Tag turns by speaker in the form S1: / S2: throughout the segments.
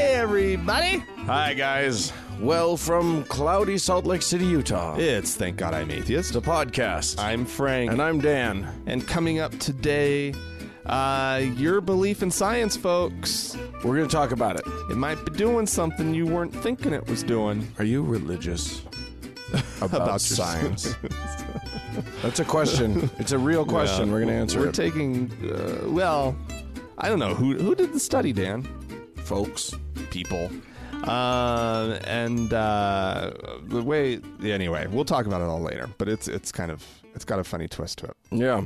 S1: everybody.
S2: Hi, guys.
S1: Well, from cloudy Salt Lake City, Utah,
S2: It's Thank God I'm Atheist.
S1: the podcast.
S2: I'm Frank.
S1: and I'm Dan.
S2: And coming up today, uh, your belief in science, folks.
S1: We're going to talk about it.
S2: It might be doing something you weren't thinking it was doing.
S1: Are you religious about,
S2: your-
S1: science? That's a question. It's a real question.
S2: Yeah.
S1: We're going to answer
S2: We're
S1: it,
S2: taking, uh, well, I don't know. Who, who did the study, Dan?
S1: folks.
S2: People. Uh, and uh, the way, anyway, we'll talk about it all later, but it's, it's kind of, it's got a funny twist to it.
S1: Yeah.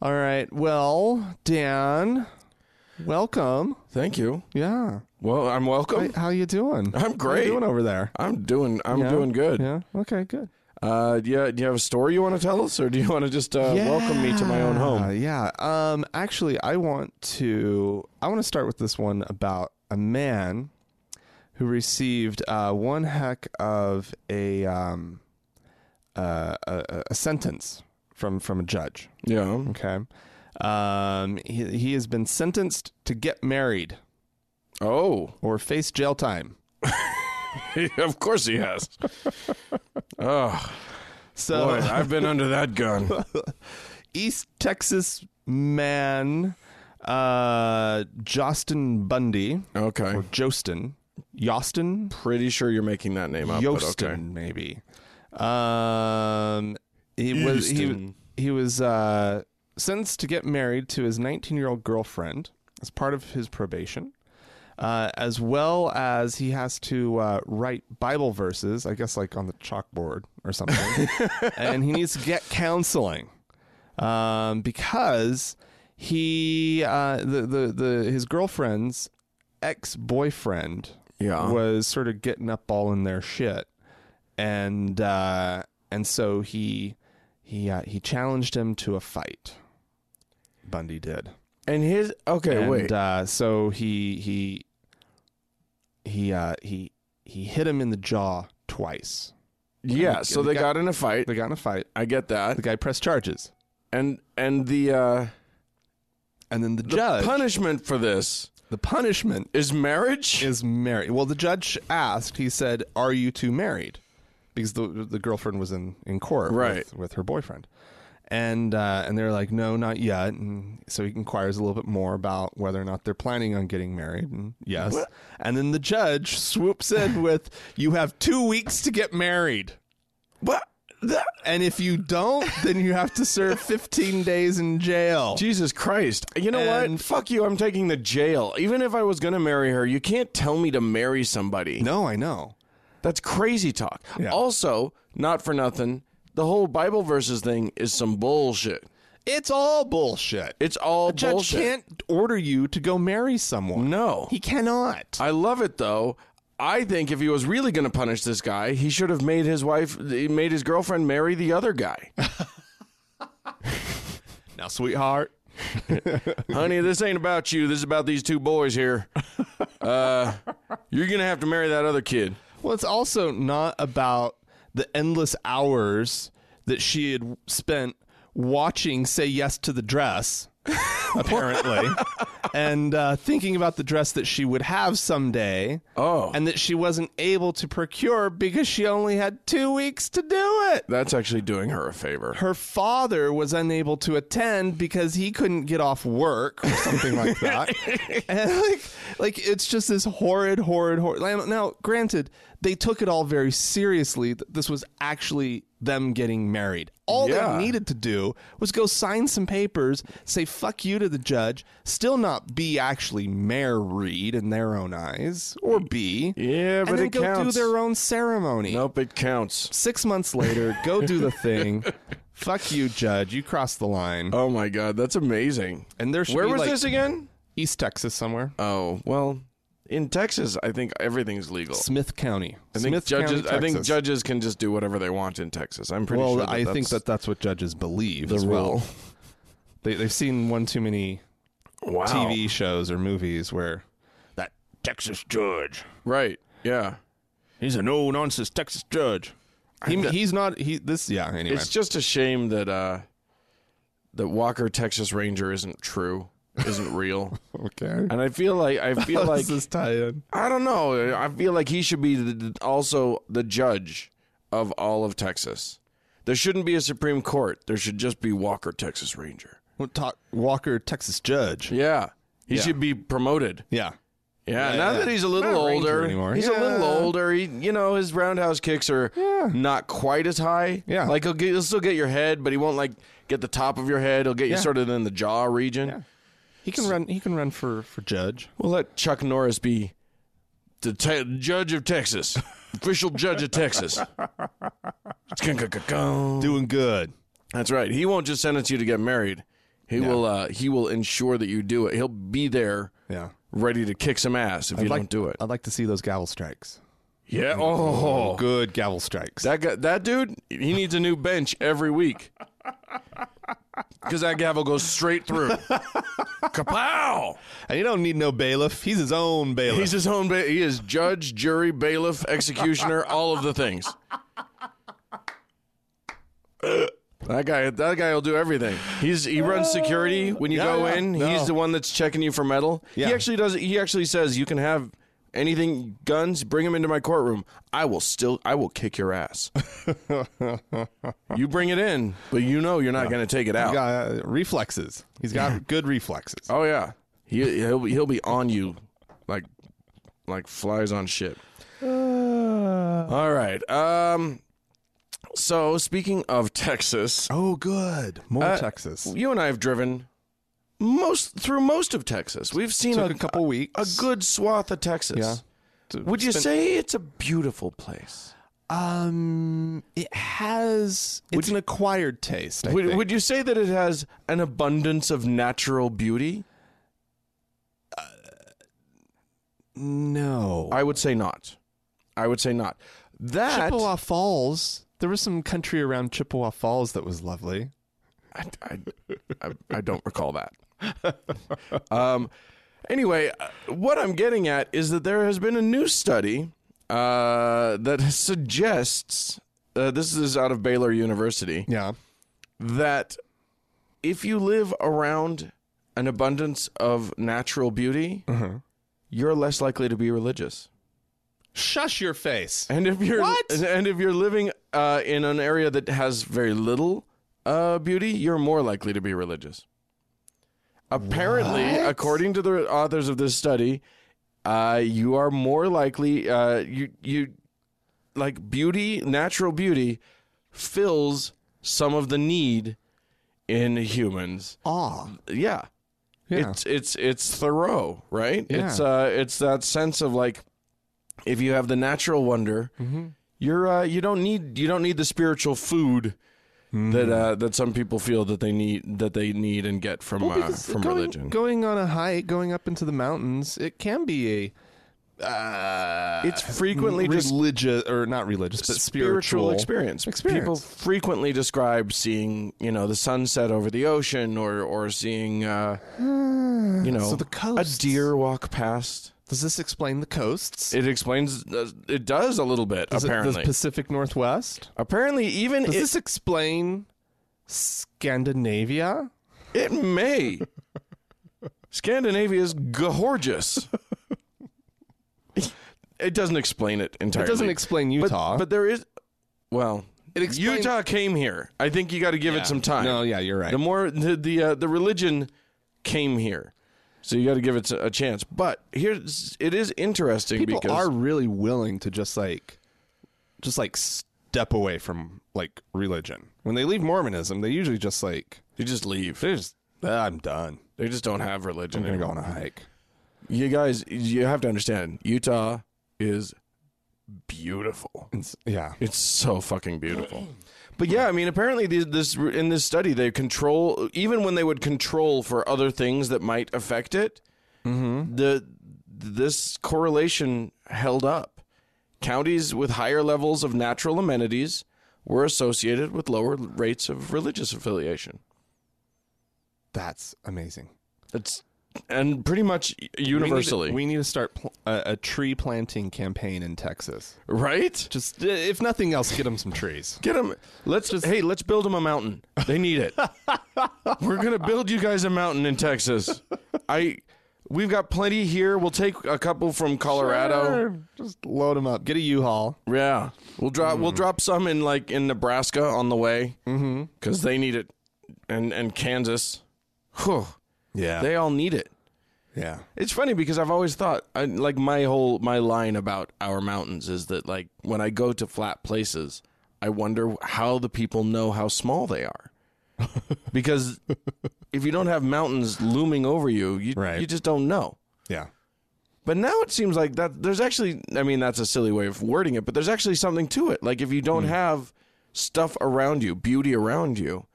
S2: All right. Well, Dan, welcome.
S1: Thank you.
S2: Yeah.
S1: Well, I'm welcome.
S2: Hey, How you doing?
S1: I'm
S2: How
S1: great.
S2: you doing over there?
S1: I'm doing. I'm
S2: Yeah?
S1: doing good.
S2: Yeah. Okay. Good.
S1: Uh, yeah. Do you have a story you want to tell us, or do you want to just uh, welcome me to my own home?
S2: Yeah. Um. Actually, I want to. I want to start with this one about a man who received uh, one heck of a um, uh, a, a- a sentence from from a judge.
S1: Yeah.
S2: Okay. Um. He he has been sentenced to get married
S1: Oh,
S2: or face jail time.
S1: of course he has.
S2: Uh,
S1: oh
S2: So.
S1: boy, I've been under that gun.
S2: East Texas man, uh, Jostin Bundy
S1: Okay.
S2: or Jostin, Yostin,
S1: Pretty sure you're making that name up. but
S2: Yostin
S1: okay.
S2: maybe. Um, he was he
S1: Easton.
S2: he was uh, sentenced to get married to his 19 year old girlfriend as part of his probation. Uh, as well as he has to uh, write Bible verses, I guess, like on the chalkboard or something, and he needs to get counseling um, because he uh, the, the the his girlfriend's ex boyfriend
S1: Yeah.
S2: was sort of getting up all in their shit, and uh, and so he he uh, he challenged him to a fight. Bundy did.
S1: And his okay,
S2: and,
S1: wait.
S2: Uh, so he he he uh, he he hit him in the jaw twice.
S1: yeah, so they
S2: the guy-
S1: got in a fight.
S2: They got in a fight.
S1: I get that.
S2: The guy pressed charges,
S1: And and the uh
S2: and then the,
S1: the
S2: judge
S1: punishment for this
S2: the punishment
S1: is marriage?
S2: is married. Well, the judge asked. He said, "Are you two married?" Because the the girlfriend was in in court
S1: Right.
S2: with, with her boyfriend, and uh, and they're like, "No, not yet." And so he inquires a little bit more about whether or not they're planning on getting married. And yes, and then the judge swoops in with, "You have two weeks to get married."
S1: what? That-
S2: And if you don't, then you have to serve 15 days in jail.
S1: Jesus Christ. You know what?
S2: And-
S1: Fuck you. I'm taking the jail. Even if I was going to marry her, you can't tell me to marry somebody.
S2: No, I know.
S1: That's crazy talk.
S2: Yeah.
S1: Also, not for nothing, the whole Bible verses thing is some bullshit.
S2: It's all bullshit.
S1: It's all
S2: judge
S1: bullshit.
S2: can't order you to go marry someone.
S1: no.
S2: He cannot.
S1: I love it though. I think if he was really going to punish this guy, he should have made his wife, made his girlfriend marry the other guy.
S2: Now, sweetheart.
S1: Honey, this ain't about you. This is about these two boys here. Uh, you're going to have to marry that other kid.
S2: Well, it's also not about the endless hours that she had spent watching Say Yes to the Dress, apparently, and uh, thinking about the dress that she would have someday.
S1: Oh.
S2: And that she wasn't able to procure because she only had two weeks to do it.
S1: That's actually doing her a favor.
S2: Her father was unable to attend because he couldn't get off work or something like that. and like, like it's just this horrid, horrid, horrid. like, Now, granted, they took it all very seriously. that This was actually them getting married. All
S1: Yeah.
S2: they needed to do was go sign some papers, say fuck you to the judge, still not be actually married in their own eyes, or be.
S1: Yeah, but
S2: and then
S1: it
S2: go
S1: counts.
S2: do their own ceremony
S1: Nope, it counts.
S2: six months later, go do the thing. Fuck you, Judge. You crossed the line.
S1: Oh my God, that's amazing.
S2: and there should
S1: Where
S2: be
S1: was
S2: like
S1: this again?
S2: East Texas somewhere.
S1: Oh, well, in Texas, I think everything's legal.
S2: Smith County.
S1: I think
S2: Smith
S1: judges.
S2: County,
S1: I think
S2: Texas.
S1: judges can just do whatever they want in Texas. I'm pretty
S2: Well,
S1: sure. That
S2: I
S1: that's
S2: think that that's what judges believe as
S1: rule.
S2: well. They they've seen one too many
S1: wow.
S2: TV shows or movies where that Texas judge.
S1: Right. Yeah.
S2: He's a no nonsense Texas judge. He, he's not he this yeah anyway
S1: It's just a shame that uh that Walker Texas Ranger isn't true. isn't real.
S2: Okay.
S1: And I feel like I feel
S2: How
S1: like
S2: does this tie in?
S1: I don't know. I feel like he should be the, also the judge of all of Texas. There shouldn't be a Supreme Court. There should just be Walker, Texas Ranger.
S2: Well, Ta- Walker, Texas judge.
S1: Yeah, he
S2: Yeah.
S1: should be promoted.
S2: Yeah.
S1: Yeah,
S2: Yeah,
S1: now
S2: yeah.
S1: that he's a little
S2: Not a ranger
S1: older,
S2: anymore.
S1: he's a little
S2: Yeah.
S1: older. He, you know, his roundhouse kicks are
S2: Yeah.
S1: not quite as high.
S2: Yeah.
S1: like he'll, get, he'll still get your head, but he won't like get the top of your head. He'll get you
S2: Yeah.
S1: sort of in the jaw region.
S2: Yeah. He can run. He can run for for judge.
S1: We'll let Chuck Norris be the te- judge of Texas, official judge of Texas. Skunk-a-cuck-a.
S2: Doing good.
S1: That's right. He won't just sentence you to get married. He will. Uh, he will ensure that you do it. He'll be there,
S2: Yeah.
S1: ready to kick some ass if you
S2: like-
S1: don't do it.
S2: I'd like to see those gavel strikes.
S1: Yeah. Oh,
S2: Good gavel strikes.
S1: that guy, that dude. He needs a new bench every week because that gavel goes straight through. Kapow!
S2: and you don't need no bailiff. He's his own bailiff.
S1: He's his own. Ba- he is judge, jury, bailiff, executioner, all of the things. That guy, that guy will do everything. He's he runs security when you
S2: Yeah,
S1: go
S2: yeah.
S1: in.
S2: No.
S1: He's the one that's checking you for metal.
S2: Yeah.
S1: He actually does. He actually says you can have anything, guns. Bring them into my courtroom. I will still. I will kick your ass. you bring it in, but you know you're not going to take it out.
S2: He's got uh, reflexes. He's got good reflexes.
S1: Oh yeah, he he'll be, he'll be on you, like like flies on shit. All right. Um. So speaking of Texas,
S2: oh, good. More
S1: Uh,
S2: Texas.
S1: you and I have driven most through most of Texas. We've seen a,
S2: Took a couple weeks.
S1: a good swath of Texas.
S2: Yeah.
S1: Would you say it's a beautiful place?
S2: Um, it has. It's an acquired taste. I
S1: Would,
S2: think.
S1: would you say that it has an abundance of natural beauty?
S2: no.
S1: I would say not. I would say not. That
S2: Chippewa Falls. There was some country around Chippewa Falls that was lovely.
S1: I, I, I, I don't recall that. um, anyway, uh, what I'm getting at is that there has been a new study uh, that suggests uh, this is out of Baylor University
S2: Yeah.
S1: that if you live around an abundance of natural beauty, you're less likely to be religious.
S2: Shush your face.
S1: And if you're
S2: What?
S1: and if you're living uh, in an area that has very little uh, beauty, you're more likely to be religious. Apparently,
S2: What?
S1: according to the authors of this study, uh, you are more likely uh, you you like beauty, natural beauty, fills some of the need in humans.
S2: Aw.
S1: Yeah,
S2: Yeah.
S1: it's it's it's Thoreau, right?
S2: Yeah.
S1: It's uh, it's that sense of like, if you have the natural wonder,
S2: Mm-hmm.
S1: you're uh, you don't need you don't need the spiritual food
S2: Mm-hmm.
S1: that uh, that some people feel that they need that they need and get from uh,
S2: Because
S1: from
S2: going,
S1: religion.
S2: Going on a hike, going up into the mountains, it can be a. Uh,
S1: it's frequently just
S2: religious or not religious, but
S1: spiritual
S2: spiritual,
S1: experience.
S2: experience.
S1: People frequently describe seeing you know the sunset over the ocean or or seeing uh, you know
S2: so the
S1: a
S2: coasts.
S1: deer walk past.
S2: Does this explain the coasts?
S1: It explains. Uh, it does a little bit.
S2: Does it-
S1: apparently,
S2: the Pacific Northwest.
S1: Apparently, even
S2: Does
S1: it,
S2: this explain Scandinavia?
S1: it may. Scandinavia is gorgeous. it doesn't explain it
S2: It
S1: entirely.
S2: doesn't explain Utah.
S1: But there is, well,
S2: It explains-
S1: Utah came here. I think you got to give it some time.
S2: no, yeah, you're right.
S1: The more the the, uh, the religion came here, so you got to give it a chance. But here's it is interesting
S2: People
S1: because
S2: are really willing to just like, just like step away from like religion. When they leave Mormonism, they usually just like
S1: they just leave.
S2: they just "Ah, I'm done.
S1: They just don't have religion.
S2: I'm gonna go on a hike.
S1: You guys, you have to understand, Utah is beautiful.
S2: It's- yeah,
S1: It's so fucking beautiful. But yeah, I mean, apparently these, this in this study they control even when they would control for other things that might affect it.
S2: Mm-hmm.
S1: The this correlation held up. Counties with higher levels of natural amenities were associated with lower rates of religious affiliation.
S2: that's amazing.
S1: It's and pretty much universally,
S2: we need to, we need to start pl- uh, a, a tree planting campaign in Texas.
S1: right?
S2: Just uh, if nothing else, get them some trees.
S1: Get them. Let's just hey, let's build them a mountain. They need it. We're gonna build you guys a mountain in Texas. I we've got plenty here. We'll take a couple from Colorado.
S2: Sure. Just load them up. Get a U-Haul.
S1: Yeah, we'll drop we'll drop some in like in Nebraska on the way because they need it, and and Kansas, Whew,
S2: Yeah.
S1: they all need it.
S2: yeah.
S1: It's funny because I've always thought I, like my whole my line about our mountains is that like when I go to flat places, I wonder how the people know how small they are, because if you don't have mountains looming over you, you
S2: Right.
S1: you just don't know.
S2: Yeah.
S1: But now it seems like that there's actually I mean that's a silly way of wording it, but there's actually something to it. Like if you don't have stuff around you, beauty around you,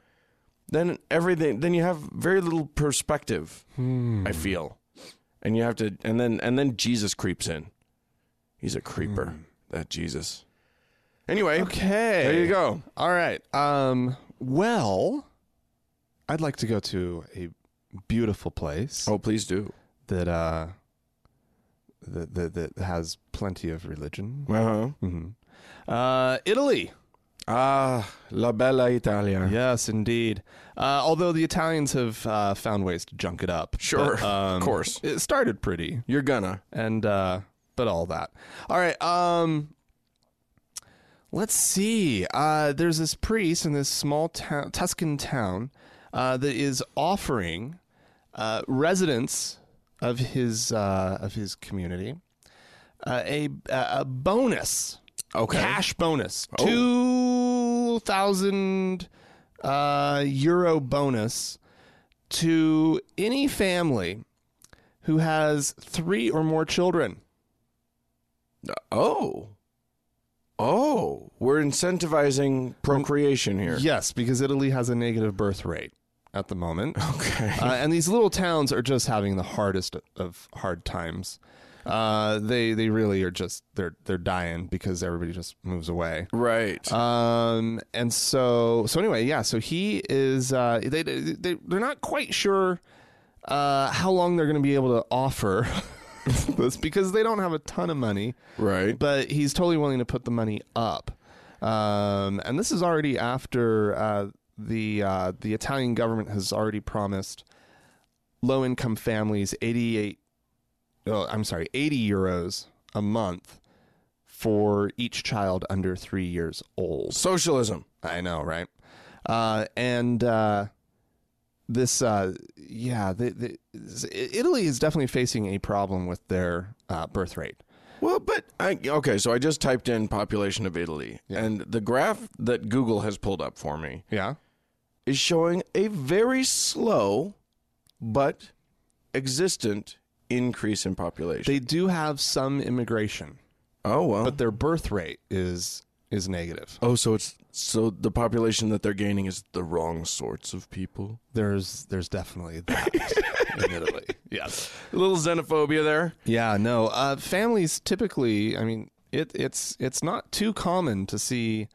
S1: then everything then you have very little perspective,
S2: Hmm.
S1: I feel. And you have to and then and then Jesus creeps in. He's a creeper, that Jesus. Anyway,
S2: Okay.
S1: there you go.
S2: All right. Um. Well, I'd like to go to a beautiful place
S1: Oh, please do.
S2: that uh that that, that has plenty of religion.
S1: Uh-huh.
S2: Uh, Italy.
S1: Ah, la bella Italia.
S2: Yes, indeed. Uh, although the Italians have uh, found ways to junk it up.
S1: Sure,
S2: But,
S1: of course.
S2: It started pretty,
S1: You're gonna.
S2: and uh, but all that. All right. Um, let's see. Uh, there's this priest in this small town, Tuscan town, uh, that is offering uh, residents of his uh, of his community uh, a a bonus
S1: Okay. Oh.
S2: cash bonus. Two thousand uh, euro bonus to any family who has three or more children.
S1: Oh. Oh, we're incentivizing procreation here.
S2: Yes, because Italy has a negative birth rate at the moment,
S1: Okay.
S2: uh, and these little towns are just having the hardest of hard times. Uh, they they really are just they're they're dying because everybody just moves away.
S1: Right.
S2: Um, and so, so anyway, yeah. So he is. Uh, they they they're not quite sure uh, how long they're going to be able to offer this because they don't have a ton of money,
S1: right.
S2: but he's totally willing to put the money up. Um, and this is already after uh, the uh, the Italian government has already promised low income families eighty eight. Oh, I'm sorry, eighty euros a month for each child under three years old.
S1: Socialism.
S2: I know, right? Uh, and uh, this, uh, yeah, the, the, Italy is definitely facing a problem with their uh, birth rate.
S1: Well, but I okay, so I just typed in population of Italy and the graph that Google has pulled up for me
S2: Yeah.
S1: is showing a very slow but existent increase in population.
S2: They do have some immigration,
S1: oh, well.
S2: but their birth rate is is negative.
S1: oh, so it's so the population that they're gaining is the wrong sorts of people.
S2: There's there's definitely that in Italy. Yes.
S1: A little xenophobia there.
S2: Yeah, no. Uh, families typically, I mean, it, it's it's not too common to see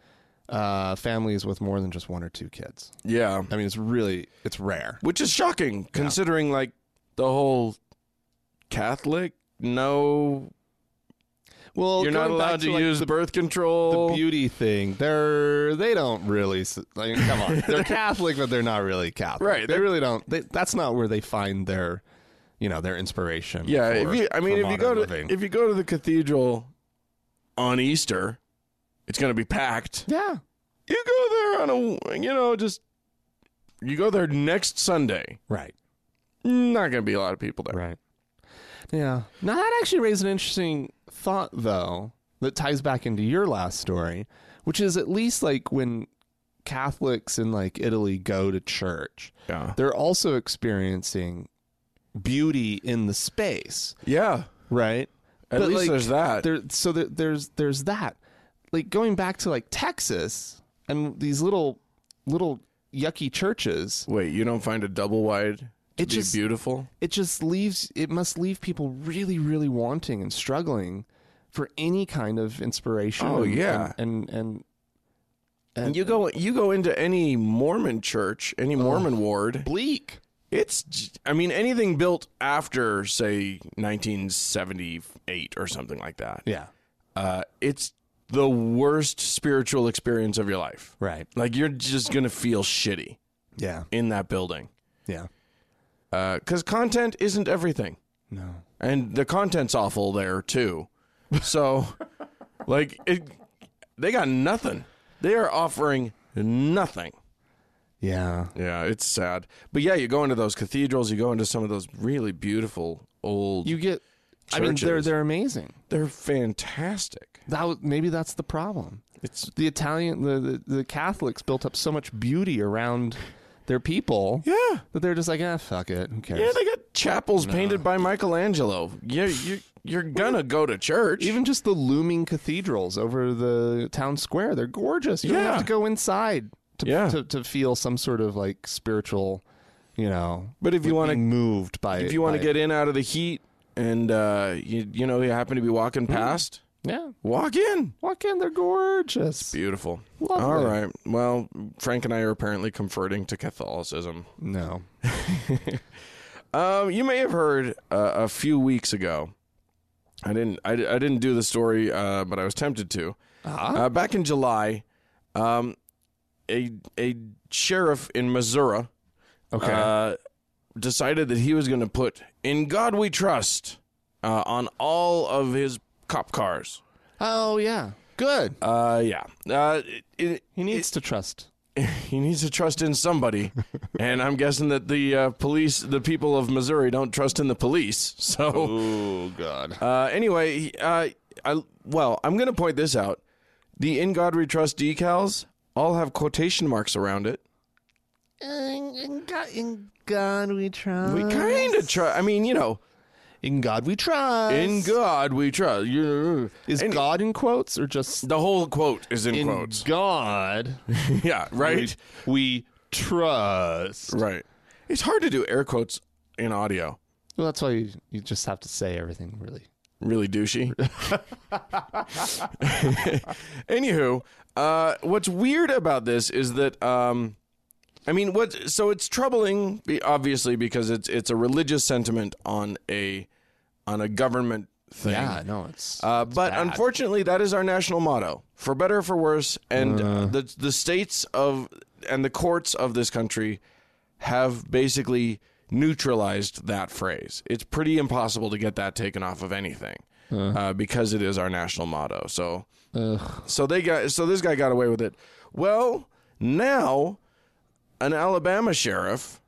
S2: uh, families with more than just one or two kids.
S1: Yeah.
S2: I mean, it's really it's rare.
S1: which is shocking considering like the whole Catholic. No,
S2: Well,
S1: you're not
S2: going back
S1: allowed to,
S2: like,
S1: use birth control.
S2: the beauty thing. They're they don't really s- like come on. They're Catholic, but they're not really Catholic.
S1: Right,
S2: They
S1: they're-
S2: really don't. They, that's not where they find their you know their inspiration.
S1: yeah,
S2: for-
S1: if you, I
S2: for
S1: mean, if you
S2: modern
S1: go to
S2: living.
S1: if you go to the cathedral on Easter, it's going to be packed.
S2: yeah.
S1: You go there on a you know just you go there next Sunday.
S2: Right.
S1: Not going to be a lot of people there.
S2: Right. Yeah. Now that actually raised an interesting thought though that ties back into your last story, which is at least like when Catholics in like Italy go to church,
S1: Yeah,
S2: they're also experiencing beauty in the space,
S1: yeah.
S2: right?
S1: At
S2: But,
S1: least
S2: like,
S1: there's that.
S2: there so there, there's there's that like going back to like texas and these little little yucky churches
S1: Wait, you don't find a double wide to
S2: It
S1: be
S2: just-
S1: beautiful?
S2: it just leaves it must leave people really really wanting and struggling for any kind of inspiration
S1: Oh,
S2: and-
S1: yeah.
S2: and and, and Uh,
S1: And you go you go into any Mormon church, any Mormon ward,
S2: bleak
S1: It's, j- I mean, anything built after, say, 1978 or something like that.
S2: yeah
S1: Uh, it's the worst spiritual experience of your life.
S2: right
S1: Like, you're just going to feel shitty
S2: yeah
S1: in that building.
S2: yeah
S1: because Uh, content isn't everything.
S2: No.
S1: and the content's awful there too. So, like, it, they got nothing. They are offering nothing.
S2: Yeah.
S1: Yeah, it's sad. But yeah, you go into those cathedrals, you go into some of those really beautiful old.
S2: You get. I mean, they're
S1: Churches.
S2: they're amazing.
S1: they're fantastic.
S2: That w- maybe that's the problem.
S1: It's
S2: The Italian, the, the the Catholics built up so much beauty around their people
S1: yeah,
S2: that they're just like, ah, fuck it, who cares?
S1: yeah. They got chapels painted by Michelangelo. Yeah, you you're gonna go to church.
S2: Even just the looming cathedrals over the town square, they're gorgeous. You don't
S1: Yeah.
S2: have to go inside to,
S1: Yeah.
S2: to, to feel some sort of like spiritual, you know,
S1: but if you want to
S2: being moved by
S1: if you want
S2: by-
S1: to get in out of the heat and uh, you you know you happen to be walking
S2: Hmm?
S1: past,
S2: Yeah.
S1: walk in.
S2: Walk in, they're gorgeous.
S1: Beautiful.
S2: Lovely.
S1: All right. Well, Frank and I are apparently converting to Catholicism.
S2: No.
S1: Um, you may have heard uh, a few weeks ago. I didn't. I, I didn't do the story, uh, but I was tempted to.
S2: Ah,
S1: Uh, back in July, um, a a sheriff in Missouri
S2: okay.
S1: uh, decided that he was going to put "In God We Trust" uh, on all of his cop cars.
S2: oh, yeah. Good.
S1: Uh, yeah. Uh, it,
S2: He needs to trust.
S1: he needs to trust in somebody, and I'm guessing that the uh, police, the people of Missouri, don't trust in the police. So,
S2: Oh, God.
S1: uh, anyway, he- uh, I well, I'm going to point this out: the "In God We Trust" decals all have quotation marks around it.
S2: In, in God, in God we trust.
S1: We kind of try. I mean, you know,
S2: In God we trust.
S1: "In God We Trust." You-
S2: Is
S1: and
S2: God in quotes or just
S1: the whole quote is in,
S2: in
S1: quotes.
S2: God
S1: yeah, right,
S2: we trust?
S1: right. It's hard to do air quotes in audio.
S2: Well, that's why you, you just have to say everything really.
S1: really douchey. Anywho, uh, what's weird about this is that um, I mean, what? So it's troubling, be- obviously, because it's it's a religious sentiment on a on a government thing.
S2: Yeah, no, it's
S1: Uh, but unfortunately, that is our national motto, for better or for worse. And uh, the the states of and the courts of this country have basically neutralized that phrase. It's pretty impossible to get that taken off of anything uh, because it is our national motto. So
S2: Ugh.
S1: so they got so this guy got away with it. Well, now an Alabama sheriff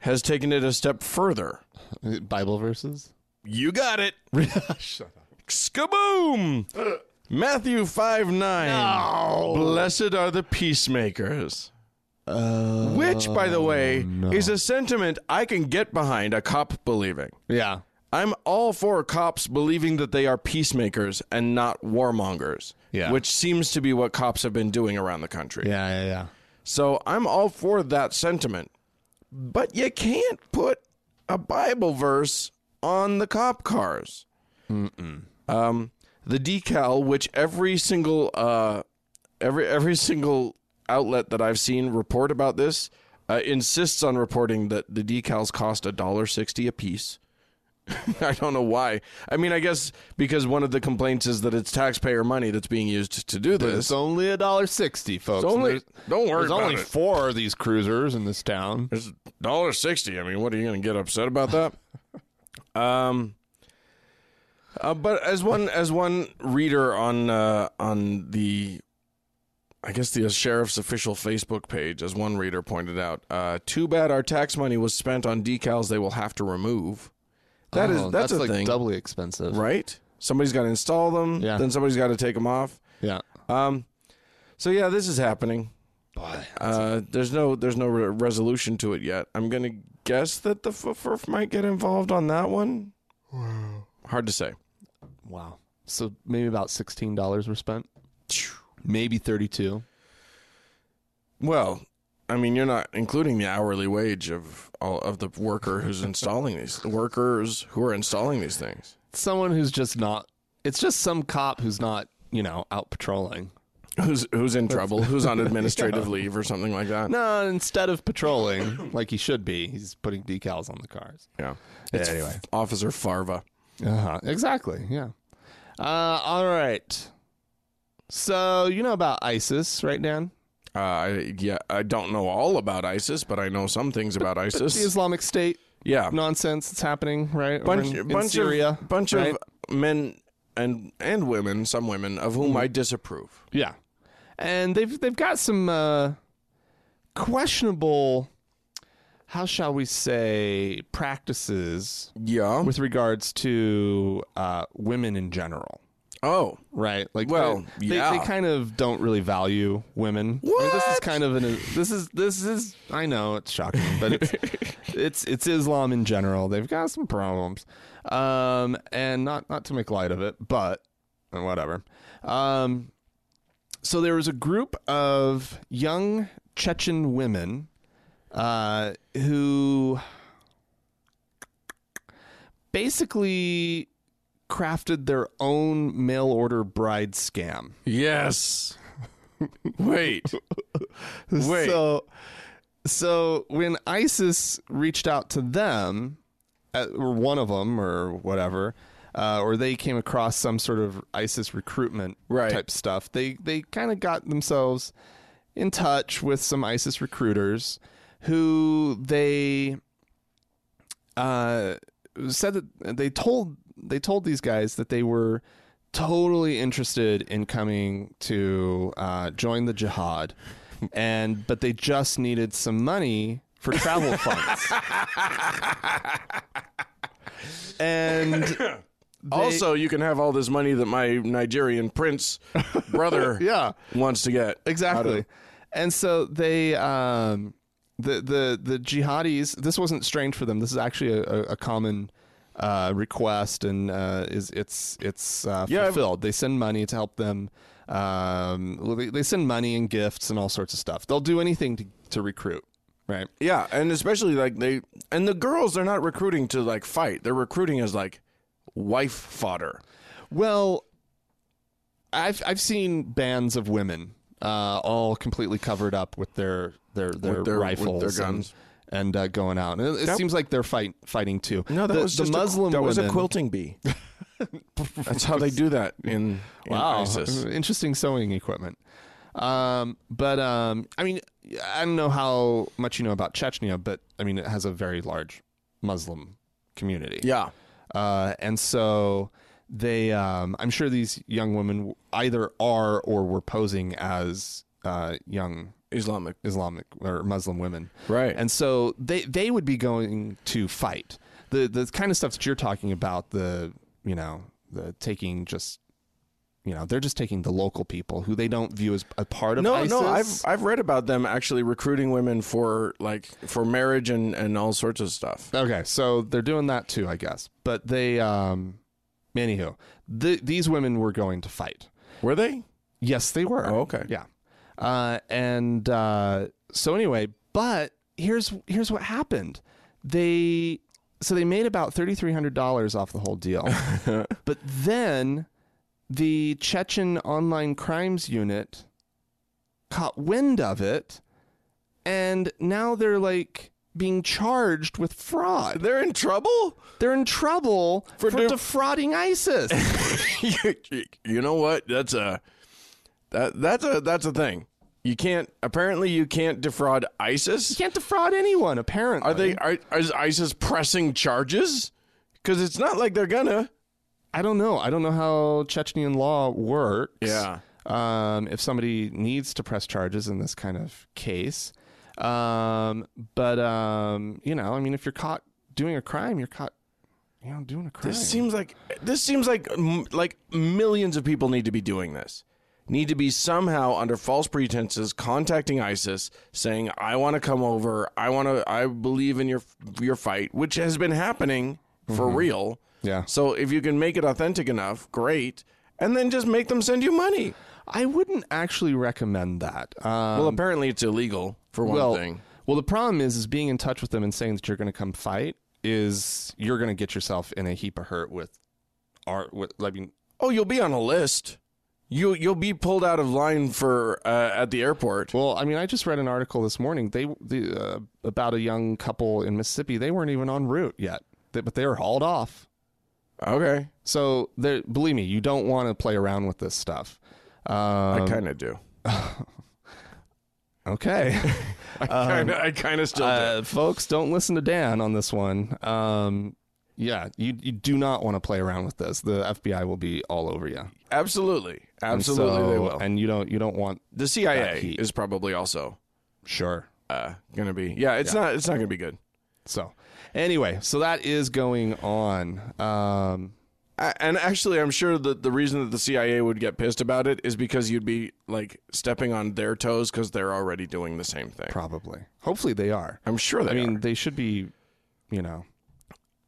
S1: has taken it a step further.
S2: Bible verses.
S1: You got it.
S2: Shut up.
S1: Skaboom! Matthew 5 9. Blessed are the peacemakers.
S2: Uh,
S1: Which, by the way, is a sentiment I can get behind a cop believing.
S2: yeah.
S1: I'm all for cops believing that they are peacemakers and not warmongers,
S2: Yeah.
S1: which seems to be what cops have been doing around the country.
S2: Yeah, yeah, yeah.
S1: So I'm all for that sentiment. But you can't put a Bible verse on the cop cars. Um, the decal, which every single uh, every every single outlet that I've seen report about this, uh, insists on reporting that the decals cost a dollar sixty a piece. I don't know why. I mean, I guess because one of the complaints is that it's taxpayer money that's being used to do this.
S2: It's only a dollar sixty, folks.
S1: It's
S2: and
S1: only
S2: there's,
S1: don't worry
S2: there's
S1: about
S2: only
S1: it.
S2: four of these cruisers in this town.
S1: It's dollar sixty. I mean, what are you going to get upset about that? um, uh, but as one as one reader on uh, on the, I guess the sheriff's official Facebook page, as one reader pointed out, uh, too bad our tax money was spent on decals they will have to remove. That is
S2: Oh,
S1: that's, a
S2: like
S1: thing,
S2: doubly expensive.
S1: right? Somebody's got to install them.
S2: Yeah.
S1: Then somebody's got to take them off.
S2: Yeah.
S1: Um, so yeah, this is happening.
S2: Boy.
S1: Uh, there's no there's no re- resolution to it yet. I'm gonna guess that the FFRF might get involved on that one. Hard to say.
S2: Wow. So maybe about sixteen dollars were spent. Maybe thirty-two.
S1: Well, I mean, you're not including the hourly wage of all of the worker who's installing these the workers who are installing these things.
S2: Someone who's just not. It's just some cop who's not, you know, out patrolling.
S1: Who's who's in trouble? Who's on administrative leave or something like that?
S2: No, instead of patrolling like he should be, he's putting decals on the cars.
S1: Yeah. It's
S2: anyway.
S1: F- Officer Farva.
S2: Uh-huh. Exactly. Yeah. Uh, all right. So you know about ISIS, right, Dan?
S1: Uh, I, yeah, I don't know all about ISIS, but I know some things about
S2: The
S1: ISIS.
S2: Islamic State.
S1: Yeah.
S2: nonsense that's happening, right? over
S1: bunch
S2: in, in
S1: bunch
S2: Syria.
S1: of bunch
S2: right?
S1: of men and and women, some women of whom I disapprove.
S2: Yeah. And they've they've got some uh, questionable how shall we say practices
S1: Yeah.
S2: with regards to uh, women in general.
S1: oh.
S2: Right. Like
S1: Well,
S2: they, they-
S1: yeah.
S2: they, kind of don't really value women. I mean, this is
S1: What?
S2: kind of an this is this is I know it's shocking, but it's it's it's Islam in general. They've got some problems. Um and not not to make light of it, but uh, whatever. Um so there was a group of young Chechen women uh who basically crafted their own mail order bride scam.
S1: Yes. Wait. Wait.
S2: So, so when ISIS reached out to them, uh, or one of them, or whatever, uh, or they came across some sort of ISIS recruitment
S1: Right.
S2: type stuff, they they kind of got themselves in touch with some ISIS recruiters who they uh, said that they told they told these guys that they were totally interested in coming to uh, join the jihad, and but they just needed some money for travel funds. and
S1: also, you can have all this money that my Nigerian prince brother
S2: yeah,
S1: wants to get.
S2: exactly. And so they, um, the the the jihadis. This wasn't strange for them. This is actually a, a, a common uh, request, and uh, is it's it's uh,
S1: Yeah, I've-
S2: fulfilled. They send money to help them. Um, well, they, they send money and gifts and all sorts of stuff. They'll do anything to, to recruit, right?
S1: Yeah, and especially like they and the girls they're not recruiting to like fight. They're recruiting as like wife fodder.
S2: Well, I've I've seen bands of women uh, all completely covered up with their their their,
S1: With their- with
S2: rifles,
S1: their guns.
S2: and, and uh, going out. And it, it seems like they're fight fighting too.
S1: No, that
S2: the,
S1: was
S2: the
S1: just
S2: Muslim
S1: A, that
S2: women.
S1: was a quilting bee. That's how they do that in, in
S2: Wow,
S1: ISIS.
S2: interesting sewing equipment. Um, but um, I mean, I don't know how much you know about Chechnya, but I mean, it has a very large Muslim community.
S1: Yeah,
S2: Uh, and so they, um, I'm sure these young women either are or were posing as uh, young
S1: Islamic.
S2: Islamic or Muslim women.
S1: Right.
S2: And so they, they would be going to fight. The, the kind of stuff that you're talking about, the, you know, the taking just, you know, they're just taking the local people who they don't view as a part of
S1: No,
S2: ISIS.
S1: no, I've I've read about them actually recruiting women for like for marriage and and all sorts of stuff.
S2: Okay, so they're doing that too, I guess. But they, um, anywho, the, these women were going to fight.
S1: Were they?
S2: Yes, they were.
S1: Oh, okay.
S2: Yeah. Uh, and uh, so anyway, but here's here's what happened. They so they made about thirty three hundred dollars off the whole deal, but then the Chechen Online Crimes Unit caught wind of it, and now they're like being charged with fraud.
S1: They're in trouble.
S2: They're in trouble for,
S1: def-
S2: defrauding ISIS.
S1: you, you know what? That's a that that's a that's a thing. You can't. Apparently, you can't defraud ISIS.
S2: you can't defraud anyone, apparently.
S1: Are they? Are, is ISIS pressing charges? Because it's not like they're gonna.
S2: I don't know. I don't know how Chechnyan law works.
S1: Yeah.
S2: Um, if somebody needs to press charges in this kind of case, um, but um, you know, I mean, if you're caught doing a crime, you're caught, you know, doing a crime.
S1: This seems like this seems like m- like millions of people need to be doing this. Need to be somehow under false pretenses contacting ISIS, saying I want to come over, I want to, I believe in your your fight, which has been happening for real.
S2: Yeah.
S1: So if you can make it authentic enough, great, and then just make them send you money.
S2: I wouldn't actually recommend that. Um,
S1: well, apparently it's illegal for one thing.
S2: Well, the problem is, is being in touch with them and saying that you're going to come fight is you're going to get yourself in a heap of hurt with our. With, I mean,
S1: Oh, you'll be on a list. You you'll be pulled out of line for uh, at the airport.
S2: Well, I mean, I just read an article this morning. They the, uh, about a young couple in Mississippi. They weren't even en route yet, they, but they were hauled off.
S1: Okay,
S2: So, there- believe me, you don't want to play around with this stuff. Um,
S1: I kind of do.
S2: Okay.
S1: I kind of still
S2: Uh, folks, don't listen to Dan on this one. Um, yeah, you, you do not want to play around with this. The FBI will be all over you.
S1: do. Absolutely,
S2: And
S1: absolutely, they
S2: so-
S1: will.
S2: And you don't you don't want
S1: The
S2: That
S1: CIA
S2: heat.
S1: is probably also
S2: sure.
S1: uh, going to be. Yeah, it's not. It's not going to be good.
S2: So anyway, so that is going on. Um,
S1: I, and actually, I'm sure that the reason that the CIA would get pissed about it is because you'd be like stepping on their toes because they're already doing the same thing.
S2: probably. Hopefully they are.
S1: I'm sure they
S2: I mean,
S1: are.
S2: they should be, you know,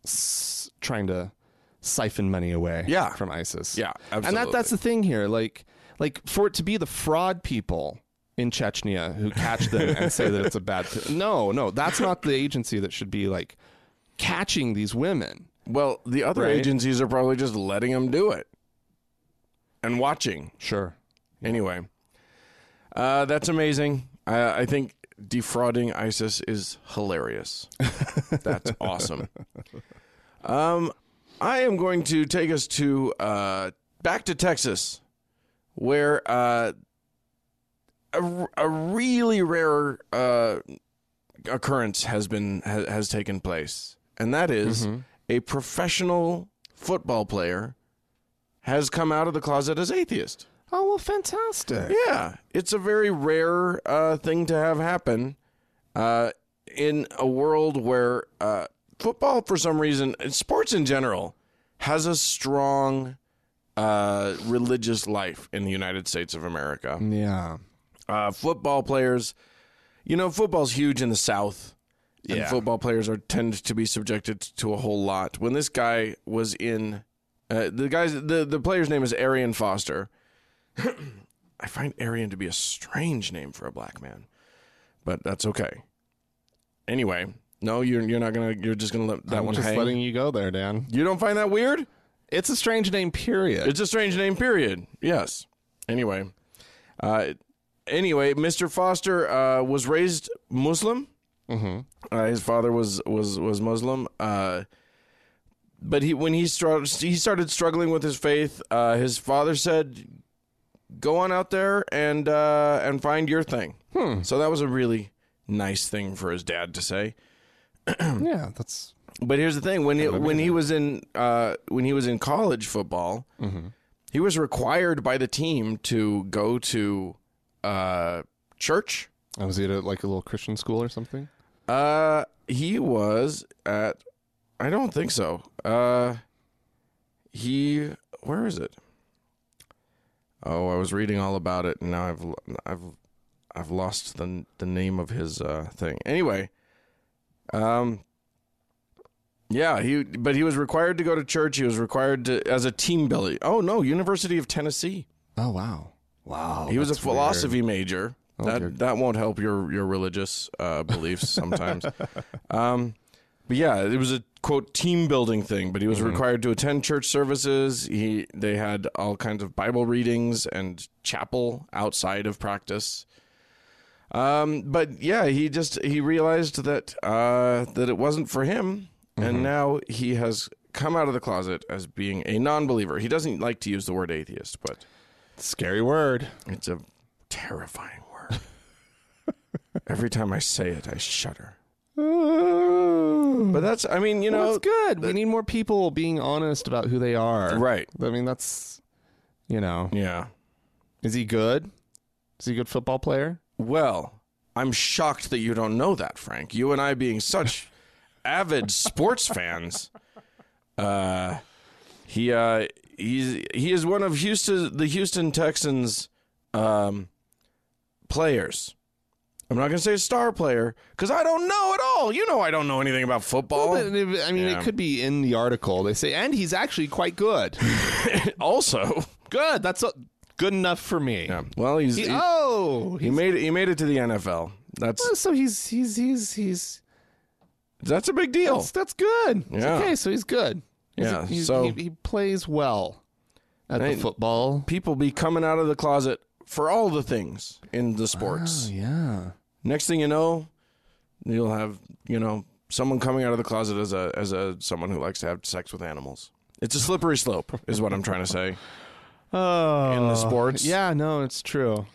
S2: s- trying to siphon money away
S1: Yeah.
S2: from ISIS.
S1: Yeah, absolutely.
S2: And that that's the thing here. Like like for it to be the fraud people in Chechnya who catch them and say that it's a bad thi- No, no, that's not the agency that should be like catching these women.
S1: well, the other
S2: Right.
S1: agencies are probably just letting them do it and watching.
S2: Sure.
S1: Anyway, uh, that's amazing. I, I think defrauding ISIS is hilarious. that's awesome. Um, I am going to take us to uh, back to Texas, where uh, a, r- a really rare uh, occurrence has been ha- has taken place, and that is a professional football player has come out of the closet as atheist.
S2: Oh well fantastic.
S1: Yeah, it's a very rare uh, thing to have happen uh, in a world where uh, football, for some reason, and sports in general, has a strong uh, religious life in the United States of America.
S2: Yeah.
S1: Uh, football players, you know, football's huge in the South. And
S2: Yeah.
S1: football players are tend to be subjected to a whole lot. When this guy was in, uh, the guy's the the player's name is Arian Foster. I find Arian to be a strange name for a black man, but that's okay. Anyway, no, you're you're not gonna you're just gonna let that
S2: I'm
S1: one
S2: just
S1: hang.
S2: letting you go there, Dan.
S1: you don't find that weird?
S2: It's a strange name, period.
S1: It's a strange name, period. Yes. Anyway, uh, anyway, Mr. Foster uh, was raised Muslim. Mm-hmm. Uh, his father was was was Muslim. Uh, but he when he str- he started struggling with his faith, uh, his father said, "Go on out there and uh, and find your thing." So that was a really nice thing for his dad to say.
S2: yeah, that's
S1: But here's the thing: when he, when he was in uh, when he was in college football, he was required by the team to go to uh, church.
S2: I was at a, like a little Christian school or something.
S1: Uh, he was at, I don't think so. Uh, he where is it? Oh, I was reading all about it, and now I've lo- I've I've lost the the name of his uh, thing. Anyway, um, yeah, he but he was required to go to church. He was required to as a team belly. Oh no, University of Tennessee.
S2: Oh wow, wow.
S1: He was a
S2: that's weird.
S1: philosophy major. that
S2: dear.
S1: that won't help your your religious uh, beliefs sometimes. um, but yeah, it was a quote team building thing. But he
S2: Mm-hmm.
S1: was required to attend church services. He they had all kinds of Bible readings and chapel outside of practice. Um, but yeah, he just he realized that uh, that it wasn't for him,
S2: Mm-hmm.
S1: and now he has come out of the closet as being a non-believer. He doesn't like to use the word atheist, but.
S2: Scary word.
S1: It's a terrifying word. Every time I say it, I shudder. But
S2: But
S1: that's, I mean, you know,
S2: that's good. We need more people being honest about who they are.
S1: right?
S2: I mean, that's you know,
S1: Yeah.
S2: is he good? Is he a good football player?
S1: Well, I'm shocked that you don't know that, Frank. You and I being such avid sports fans. Uh, he uh, he's he is one of Houston the Houston Texans um, players. I'm not gonna say star player because I don't know at all. You know, I don't know anything about football.
S2: But if- I mean,
S1: Oh, yeah.
S2: it could be in the article. They say, and he's actually quite good.
S1: also,
S2: good. That's a, good enough for me.
S1: Yeah. Well, he's
S2: He-
S1: he,
S2: oh,
S1: he
S2: he's,
S1: made it, he made it to the NFL. That's
S2: so he's he's he's he's
S1: that's a big deal.
S2: that's, that's good. It's
S1: Yeah.
S2: okay, so he's good. He's,
S1: Yeah,
S2: he's-
S1: so-
S2: he, he plays well at the
S1: Ain't-
S2: football.
S1: People be coming out of the closet for all the things in the sports.
S2: Oh, yeah.
S1: Next thing you know, you'll have you know someone coming out of the closet as a as a someone who likes to have sex with animals. It's a slippery slope, is what I'm trying to say.
S2: Oh,
S1: sports.
S2: Yeah, no, it's true.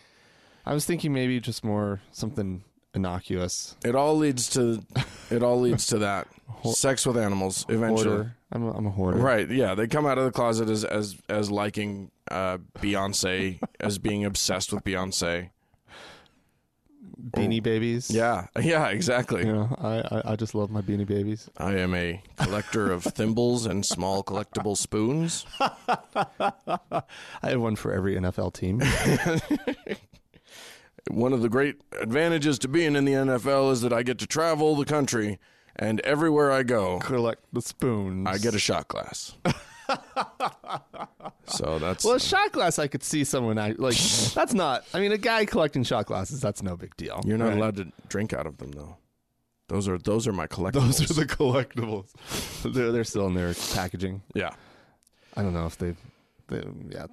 S2: I was thinking maybe just more something innocuous.
S1: It all leads to it all leads to that sex with animals eventually.
S2: Hoarder. I'm a, I'm a hoarder.
S1: Right? Yeah, they come out of the closet as as as liking uh, Beyonce, as being obsessed with Beyonce.
S2: Beanie babies.
S1: Yeah, yeah, exactly.
S2: You know, I, I, I just love my beanie babies.
S1: I am a collector of thimbles and small collectible spoons.
S2: I have one for every NFL team.
S1: One of the great advantages to being in the NFL is that I get to travel the country, and everywhere I go,
S2: Collect the spoons.
S1: I get a shot glass. so that's
S2: Well, a shot glass, I could see someone act, like that's not. I mean, a guy collecting shot glasses, that's no big deal.
S1: you're not allowed to drink out of them though. Those are those are my collectibles.
S2: Those are the collectibles. they're they're still in their packaging.
S1: yeah.
S2: I don't know if they, they yeah,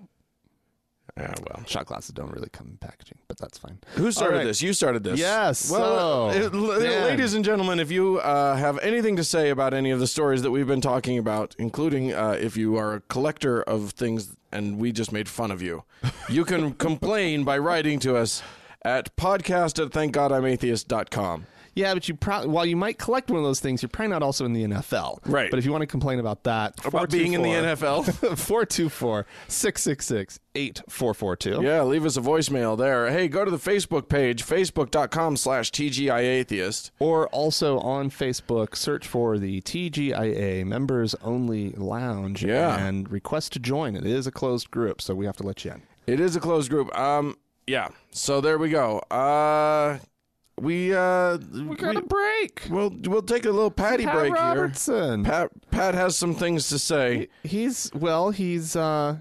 S1: Yeah, well.
S2: shot glasses don't really come in packaging, but that's fine.
S1: Who started
S2: right.
S1: this? You started this.
S2: Yes,
S1: Well,
S2: so,
S1: uh, l-
S2: Dan.
S1: ladies and gentlemen, if you uh, have anything to say about any of the stories that we've been talking about, including uh, if you are a collector of things and we just made fun of you, you can complain by writing to us at podcast at thankgodimatheist.com.
S2: Yeah, but you probably while you might collect one of those things, you're probably not also in the NFL.
S1: Right.
S2: But if you want to complain about that,
S1: About being in the NFL.
S2: 424 666 8442.
S1: Yeah, leave us a voicemail there. Hey, go to the Facebook page, facebook.com slash TGIAtheist.
S2: Or also on Facebook, search for the TGIA Members Only Lounge
S1: Yeah.
S2: and request to join. It is a closed group, so we have to let you in.
S1: It is a closed group. Um, yeah. So there we go. Uh, we uh, we
S2: break.
S1: We'll we'll take a little patty
S2: Pat
S1: break
S2: Robertson.
S1: here. Pat Pat has some things to say.
S2: He's well, he's uh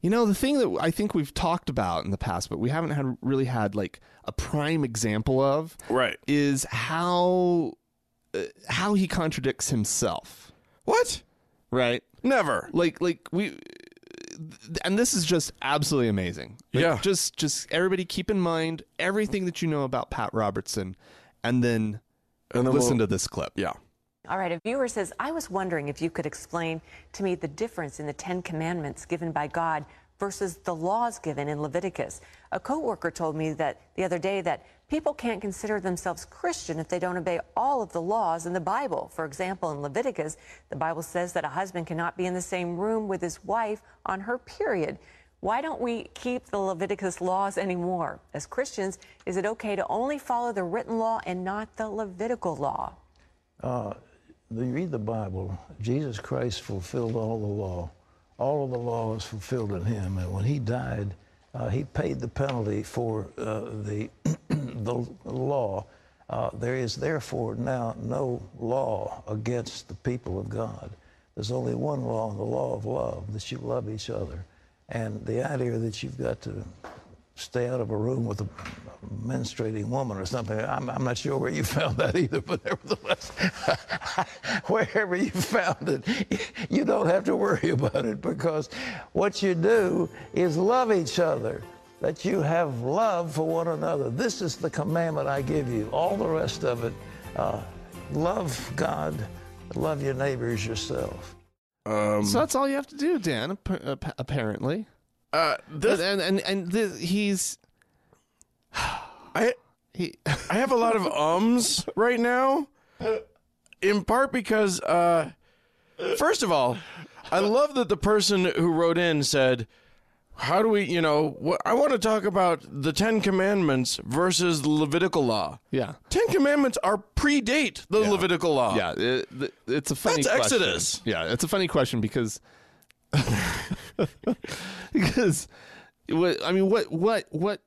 S2: you know, the thing that I think we've talked about in the past, but we haven't had really had like a prime example of
S1: Right.
S2: is how uh, how he contradicts himself,
S1: What?
S2: right?
S1: Never.
S2: Like like we and this is just absolutely amazing. Like,
S1: Yeah.
S2: Just just everybody keep in mind everything that you know about Pat Robertson and then,
S1: And then
S2: listen to
S1: we'll-
S2: this clip.
S1: Yeah.
S3: All right, a viewer says, I was wondering if you could explain to me the difference in the Ten Commandments given by God versus the laws given in Leviticus. A coworker told me that the other day that people can't consider themselves Christian if they don't obey all of the laws in the Bible. For example, in Leviticus, the Bible says that a husband cannot be in the same room with his wife on her period. Why don't we keep the Leviticus laws anymore? As Christians, is it okay to only follow the written law and not the Levitical law?
S4: They read the Bible. Jesus Christ fulfilled all the law. All of the law was fulfilled in him. And when he died, uh, he paid the penalty for uh, the, the law. Uh, there is therefore now no law against the people of God. There's only one law, the law of love, that you love each other. And the idea that you've got to stay out of a room with a menstruating woman or something. I'm, I'm not sure where you found that either, but nevertheless, wherever you found it, you don't have to worry about it because what you do is love each other, that you have love for one another. This is the commandment I give you. All the rest of it, uh, love God, love your neighbors yourself.
S1: Um.
S2: So that's all you have to do, Dan, ap- ap- apparently.
S1: uh,
S2: And
S1: this,
S2: and and, and this, he's
S1: I
S2: he
S1: I have a lot of ums right now, in part because uh, first of all, I love that the person who wrote in said. How do we, you know, what, I want to talk about the Ten Commandments versus the Levitical law.
S2: yeah.
S1: Ten Commandments are predate the Levitical law.
S2: Yeah, it, th- it's a funny
S1: That's
S2: question.
S1: Exodus.
S2: Yeah, it's a funny question because because what I mean what what what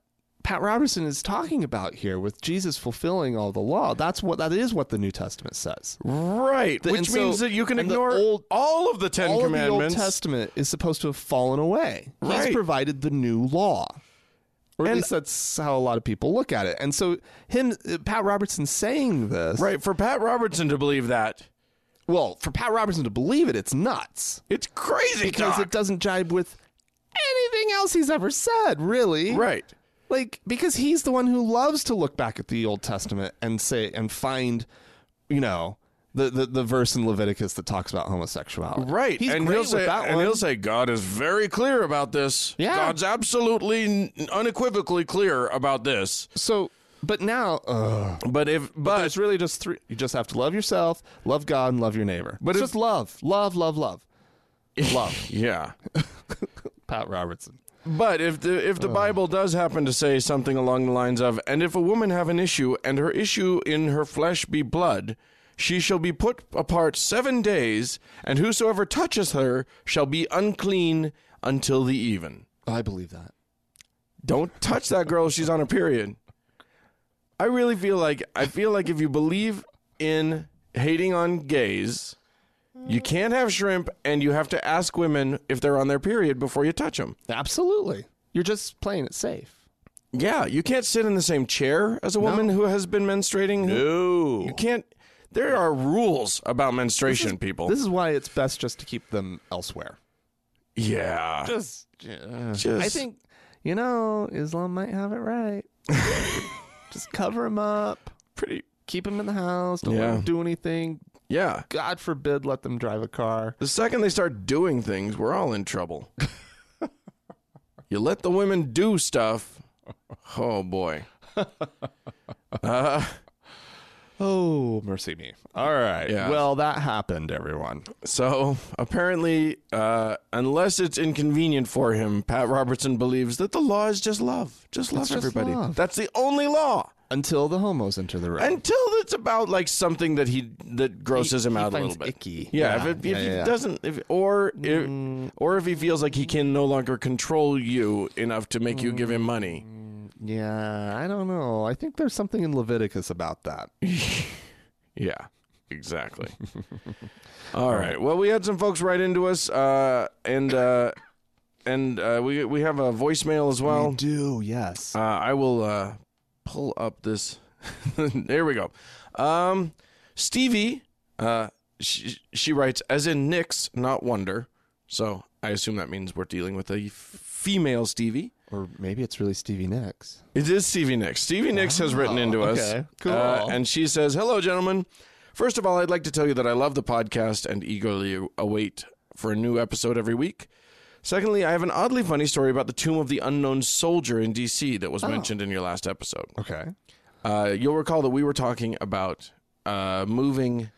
S2: Pat Robertson is talking about here with Jesus fulfilling all the law. That's what that is what the New Testament says.
S1: Right,
S2: The-
S1: which
S2: and so-
S1: means that you can
S2: and the
S1: ignore
S2: old-
S1: all of the Ten
S2: all of the Old
S1: Commandments.
S2: Testament is supposed to have fallen away.
S1: Right.
S2: He's provided the new law. Or at
S1: And-
S2: least that's how a lot of people look at it. And so him uh, Pat Robertson saying this
S1: right, for Pat Robertson to believe that,
S2: well, for Pat Robertson to believe it, it's nuts.
S1: it's crazy
S2: because
S1: talk.
S2: it doesn't jibe with anything else he's ever said, really.
S1: Right,
S2: Like because he's the one who loves to look back at the Old Testament and say and find, you know, the, the, the verse in Leviticus that talks about homosexuality.
S1: Right.
S2: He's
S1: and
S2: great
S1: he'll
S2: with
S1: say,
S2: that
S1: and
S2: one.
S1: he'll say, God is very clear about this.
S2: Yeah.
S1: God's absolutely n- unequivocally clear about this.
S2: so, but now, ugh.
S1: But if,
S2: but
S1: but,
S2: it's really just three. You just have to love yourself, love God, and love your neighbor. But
S1: But
S2: it's
S1: if-
S2: just love, love, love, love, love.
S1: yeah.
S2: Pat Robertson.
S1: But if the if the Bible does happen to say something along the lines of, and if a woman have an issue, and her issue in her flesh be blood, she shall be put apart seven days, and whosoever toucheth her shall be unclean until the even.
S2: I believe that.
S1: Don't touch that girl; she's on her period. I really feel like I feel like if you believe in hating on gays, you can't have shrimp, and you have to ask women if they're on their period before you touch them.
S2: Absolutely. You're just playing it safe.
S1: Yeah, you can't sit in the same chair as a woman who has been menstruating. No. You can't. There are rules about menstruation, people.
S2: This is why it's best just to keep them elsewhere.
S1: yeah.
S2: Just, uh,
S1: Just-
S2: I think you know Islam might have it right. just cover him up,
S1: pretty.
S2: keep him in the house, don't let
S1: Yeah.
S2: him do anything.
S1: Yeah.
S2: God forbid, let them drive a car.
S1: The second they start doing things, we're all in trouble. you let the women do stuff. Oh, boy.
S2: Oh, mercy me. All right.
S1: Yeah.
S2: Well, that happened, everyone.
S1: So apparently, uh, unless it's inconvenient for him, Pat Robertson believes that the law is just love. Just love
S2: just
S1: everybody.
S2: love.
S1: That's the only law.
S2: Until the homos enter the room.
S1: until it's about like something that he that grosses him
S2: he
S1: out a
S2: finds
S1: little bit.
S2: icky. Yeah,
S1: Yeah, if it,
S2: yeah,
S1: if he
S2: yeah, Mm. yeah.
S1: doesn't, if or if, or if he feels like he can no longer control you enough to make you give him money.
S2: yeah, I don't know. I think there's something in Leviticus about that.
S1: Yeah, exactly. All right. Well, we had some folks write into us, uh, and uh, and uh, we we have a voicemail as well.
S2: do, yes.
S1: Uh, I will uh, pull up this. there we go. Um, Stevie, uh, she, she writes, as in Nix, not Wonder. So I assume that means we're dealing with a f- female Stevie.
S2: or maybe it's really Stevie Nicks.
S1: It is Stevie Nicks. Stevie Nicks has written into us. uh,
S2: okay. Cool.
S1: and she says, Hello, gentlemen. First of all, I'd like to tell you that I love the podcast and eagerly await for a new episode every week. Secondly, I have an oddly funny story about the Tomb of the Unknown Soldier in DC that was
S2: Oh.
S1: mentioned in your last episode.
S2: Okay.
S1: Uh, you'll recall that we were talking about uh, moving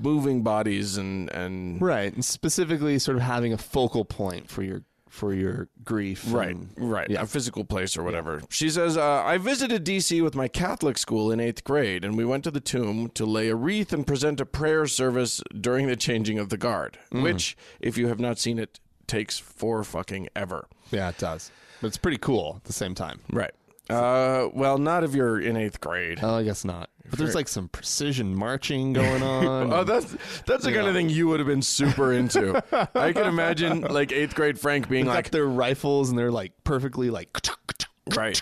S1: moving bodies and and
S2: Right. And specifically sort of having a focal point for your for your grief.
S1: Right,
S2: and-
S1: right. A physical place or whatever. She says, uh, I visited D.C. with my Catholic school in eighth grade, and we went to the tomb to lay a wreath and present a prayer service during the changing of the guard, which, if you have not seen it, takes for fucking ever.
S2: Yeah, it does. But it's pretty cool at the same time.
S1: Right. Uh, well, not if you're in eighth grade.
S2: Oh, I guess not. But there's like some precision marching going on.
S1: Oh, that's that's the kind of thing you would have been super into. I can imagine like eighth grade Frank being
S2: Got
S1: like,
S2: their rifles and they're like perfectly like
S1: right,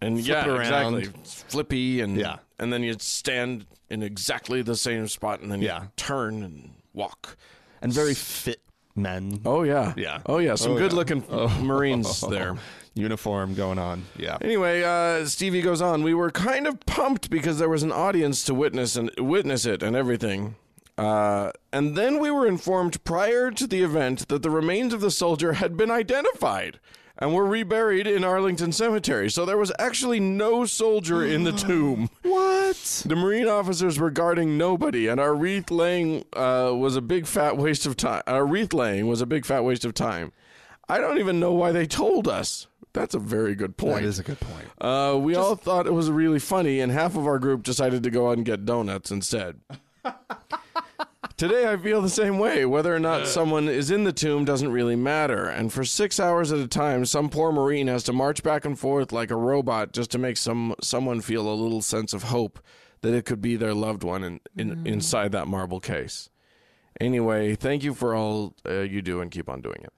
S1: and
S2: Flip it
S1: yeah,
S2: around.
S1: exactly, It's flippy, and
S2: Yeah.
S1: and then you'd stand in exactly the same spot, and then
S2: Yeah.
S1: you turn and walk.
S2: and very fit men.
S1: Oh yeah,
S2: Yeah.
S1: oh yeah, some
S2: Oh,
S1: good
S2: yeah.
S1: looking Marines there.
S2: Uniform going on. Yeah.
S1: Anyway, uh, Stevie goes on. We were kind of pumped because there was an audience to witness and witness it and everything. Uh, and then we were informed prior to the event that the remains of the soldier had been identified and were reburied in Arlington Cemetery. So there was actually no soldier in the tomb.
S2: What?
S1: The Marine officers were guarding nobody, and our wreath laying uh, was a big fat waste of time. Our wreath laying was a big fat waste of time. I don't even know why they told us. That's a very good point.
S2: That is a good point.
S1: Uh, we all thought it was really funny, and half of our group decided to go out and get donuts instead. Today, I feel the same way. Whether or not someone is in the tomb doesn't really matter. And for six hours at a time, some poor Marine has to march back and forth like a robot just to make some someone feel a little sense of hope that it could be their loved one in, in, inside that marble case. Anyway, thank you for all uh, you do and keep on doing it.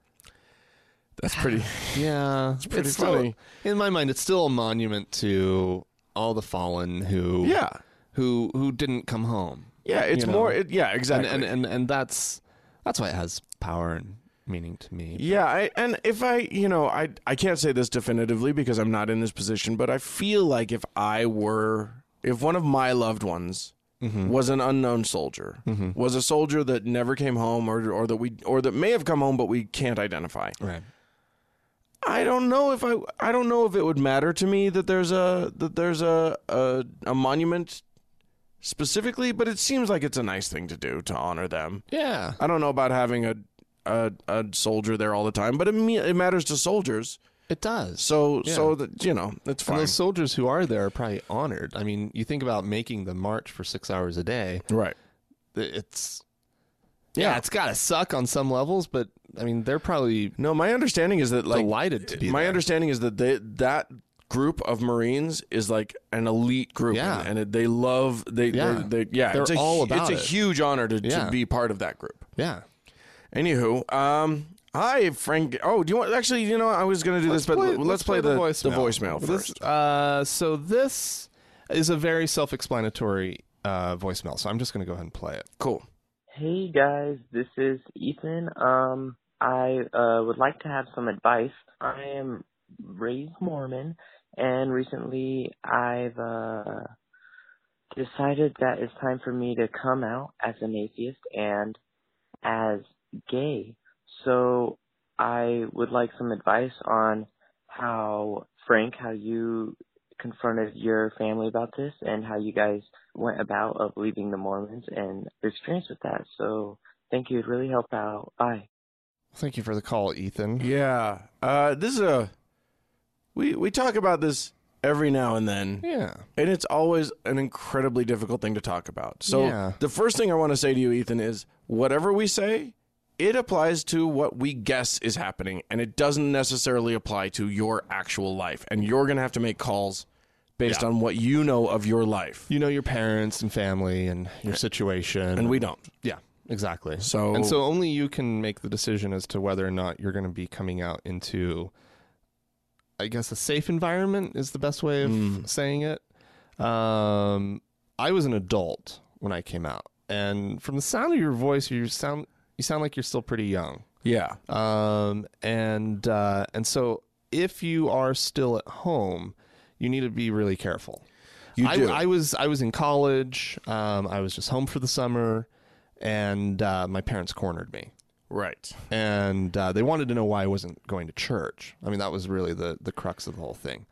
S1: That's pretty.
S2: Yeah, it's
S1: pretty
S2: still-
S1: funny.
S2: in my mind, it's still a monument to all the fallen who,
S1: Yeah.
S2: who who didn't come home,
S1: Yeah, it's
S2: You know.
S1: more. It, yeah, exactly.
S2: and and and that's that's why it has power and meaning to me.
S1: Yeah, I, and if I, you know, I I can't say this definitively because I'm not in this position, but I feel like if I were, if one of my loved ones was an unknown soldier, was a soldier that never came home, or or that we or that may have come home but we can't identify.
S2: Right.
S1: I don't know if I I don't know if it would matter to me that there's a that there's a a, a monument specifically, but it seems like it's a nice thing to do to honor them.
S2: Yeah.
S1: I don't know about having a a, a soldier there all the time, but it me- it matters to soldiers.
S2: It does.
S1: So
S2: Yeah.
S1: so that you know it's
S2: and
S1: fine.
S2: those soldiers who are there are probably honored. I mean, you think about making the march for six hours a day.
S1: Right.
S2: It's yeah, it's got to suck on some levels, but I mean, they're probably
S1: No, my understanding is that like
S2: delighted to be
S1: my
S2: there.
S1: understanding is that they, that group of Marines is like an elite group,
S2: Yeah.
S1: and, and it, they love they
S2: Yeah.
S1: they, they yeah.
S2: They're
S1: it's a,
S2: all
S1: hu-
S2: about
S1: It's a
S2: it.
S1: huge honor to,
S2: Yeah.
S1: to be part of that group.
S2: yeah.
S1: Anywho, um, hi Frank. Oh, do you want? Actually, you know, I was going to do this, but l- let's, play, the, the voicemail
S2: This-
S1: first.
S2: uh, so this is a very self-explanatory uh, voicemail. So I'm just going to go ahead and play it.
S1: cool.
S5: Hey guys, this is Ethan. Um, I uh, would like to have some advice. I am raised Mormon, and recently I've uh, decided that it's time for me to come out as an atheist and as gay. So I would like some advice on how, Frank, how you confronted your family about this and how you guys went about of leaving the Mormons and your experience with that. So thank you. It really helped out. Bye.
S2: Thank you for the call, Ethan.
S1: Yeah, uh, this is a we we talk about this every now and then.
S2: Yeah.
S1: And it's always an incredibly difficult thing to talk about. So
S2: Yeah.
S1: the first thing I want to say to you, Ethan, is whatever we say, it applies to what we guess is happening, and it doesn't necessarily apply to your actual life. And you're gonna have to make calls based on what you know of your life.
S2: You know your parents and family and your situation.
S1: And we don't.
S2: yeah, exactly.
S1: So-
S2: and so only you can make the decision as to whether or not you're going to be coming out into, I guess, a safe environment is the best way of
S1: Hmm.
S2: saying it. Um, I was an adult when I came out, and from the sound of your voice, you sound you sound like you're still pretty young.
S1: Yeah.
S2: Um, and uh, and so if you are still at home, you need to be really careful.
S1: You
S2: I,
S1: do.
S2: I was I was in college. Um, I was just home for the summer, and uh, my parents cornered me,
S1: right.
S2: and uh, they wanted to know why I wasn't going to church. I mean, that was really the the crux of the whole thing.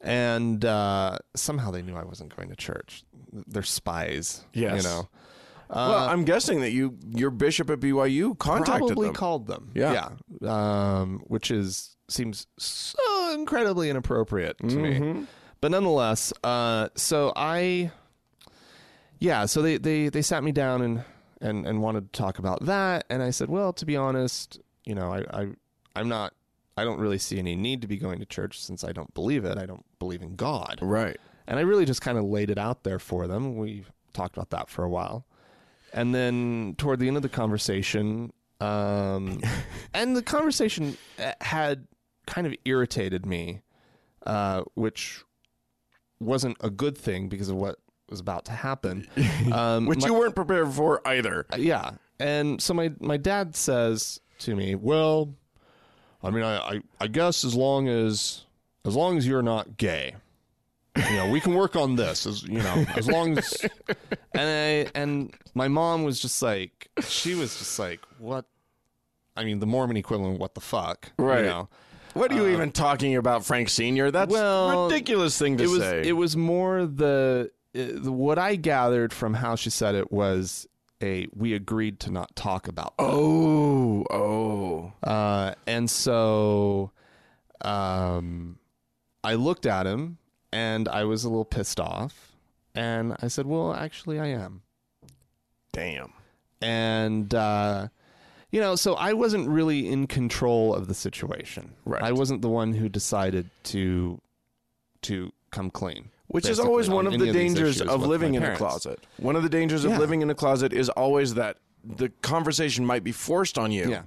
S2: And uh, somehow they knew I wasn't going to church. They're spies.
S1: Yes.
S2: you know.
S1: well, I'm guessing that you your bishop at BYU contacted
S2: probably
S1: them.
S2: called them.
S1: Yeah.
S2: Yeah. Um, which is seems so incredibly inappropriate to
S1: Mm-hmm.
S2: me. But nonetheless, uh, so I yeah, so they, they, they sat me down and, and, and wanted to talk about that. And I said, well, to be honest, you know, I, I, I'm not, I don't really see any need to be going to church since I don't believe it. I don't believe in God.
S1: right.
S2: And I really just kind of laid it out there for them. We talked about that for a while. And then toward the end of the conversation, um, and the conversation uh, had kind of irritated me, uh, which wasn't a good thing because of what was about to happen. Um,
S1: Which
S2: my-
S1: you weren't prepared for either.
S2: Uh, yeah. And so my, my dad says to me, Well, I mean, I, I, I guess as long as as long as you're not gay, you know, we can work on this. As you know, as long as and I and my mom was just like she was just like, What I mean, the Mormon equivalent, of what the fuck?
S1: Right.
S2: You know?
S1: What are you even talking about, Frank Senior? That's
S2: Uh, well,
S1: a ridiculous thing to
S2: it was
S1: say.
S2: it was more the, it- the what I gathered from how she said it was a we agreed to not talk about that.
S1: oh, oh,
S2: Uh, and so um, I looked at him and I was a little pissed off. And I said, Well, actually, I am.
S1: damn.
S2: And, uh, you know, so I wasn't really in control of the situation.
S1: Right.
S2: I wasn't the one who decided to to come clean.
S1: Which is
S2: basically,
S1: always
S2: on
S1: one of
S2: any
S1: the
S2: these
S1: dangers
S2: issues
S1: of
S2: with
S1: living
S2: my
S1: in a
S2: parents.
S1: closet. One of the dangers
S2: Yeah.
S1: of living in a closet is always that the conversation might be forced on you
S2: Yeah.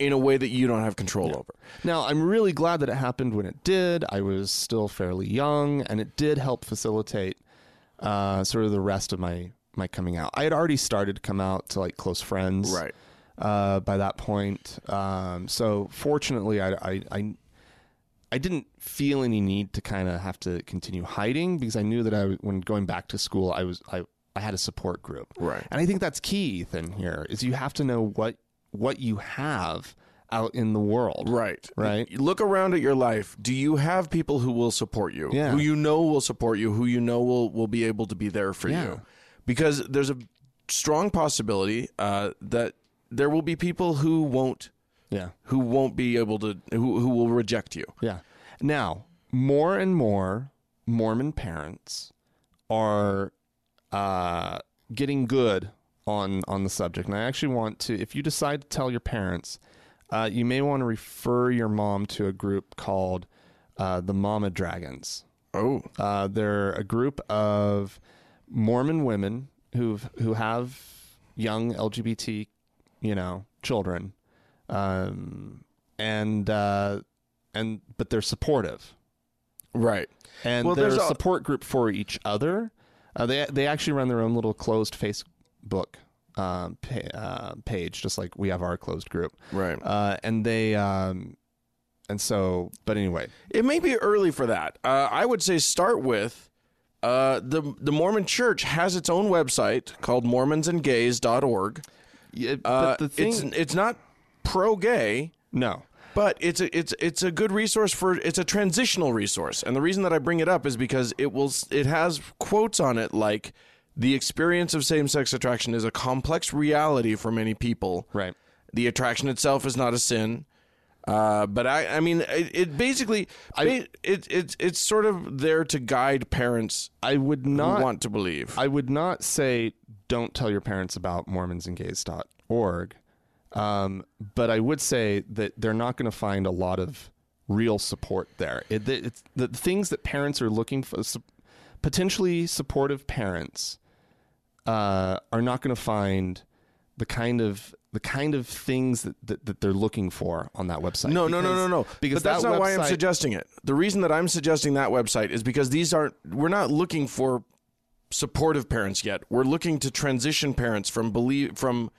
S1: in a way that you don't have control over.
S2: Now, I'm really glad that it happened when it did. I was still fairly young, and it did help facilitate uh, sort of the rest of my my coming out. I had already started to come out to like close friends,
S1: Right.
S2: Uh, by that point, um, so fortunately, I, I I I didn't feel any need to kind of have to continue hiding because I knew that I, was- when going back to school, I was I I had a support group.
S1: Right.
S2: And I think that's key, Ethan, here is you have to know what what you have out in the world.
S1: Right.
S2: Right.
S1: You Look around at your life. Do you have people who will support you?
S2: Yeah.
S1: Who you know will support you, who you know will, will be able to be there for
S2: Yeah.
S1: you. Because there's a strong possibility uh, that there will be people who won't
S2: Yeah.
S1: who won't be able to who, who will reject you.
S2: Yeah. Now, more and more Mormon parents are uh, getting good on on the subject, and I actually want to. If you decide to tell your parents, uh, you may want to refer your mom to a group called uh, the Mama Dragons.
S1: Oh.
S2: Uh, they're a group of Mormon women who who have young LGBT, you know, children, um, and uh, and but they're supportive
S1: Right.
S2: and
S1: Well,
S2: they're
S1: there's
S2: a
S1: al-
S2: support group for each other. Uh, they they actually run their own little closed Facebook uh, pa- uh, page, just like we have our closed group,
S1: Right.
S2: uh, and they um, and so. But anyway,
S1: It may be early for that. Uh, I would say start with uh, the the Mormon Church has its own website called mormonsandgays.org.
S2: yeah,
S1: Uh,
S2: but the thing,
S1: it's it's not pro gay,
S2: no,
S1: but it's a, it's it's a good resource for it's a transitional resource. And the reason that I bring it up is because it will s- it has quotes on it like the experience of same-sex attraction is a complex reality for many people.
S2: right.
S1: The attraction itself is not a sin. Uh, but I, I mean, it, it basically, ba- it, it, it's sort of there to guide parents
S2: I would
S1: who
S2: not
S1: want to believe.
S2: I would not say don't tell your parents about mormonsandgays.org, um, but I would say that they're not going to find a lot of real support there. It, it- it's the things that parents are looking for, su- potentially supportive parents, uh, are not going to find the kind of the kind of things that, that, that they're looking for on that website.
S1: no, no, no, no, no.
S2: Because
S1: but that's
S2: that
S1: not why I'm
S2: website-
S1: suggesting it. The reason that I'm suggesting that website is because these aren't. We're not looking for supportive parents yet. We're looking to transition parents from believe from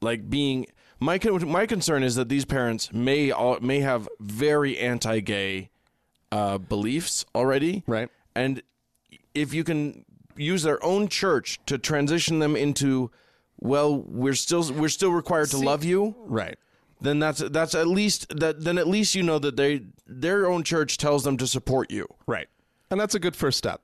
S1: like being. My con- my concern is that these parents may all, may have very anti-gay uh, beliefs already,
S2: Right.
S1: And if you can use their own church to transition them into, well, we're still we're still required to love you,
S2: Right.
S1: then that's that's at least that then at least you know that they their own church tells them to support you.
S2: Right. And that's a good first step.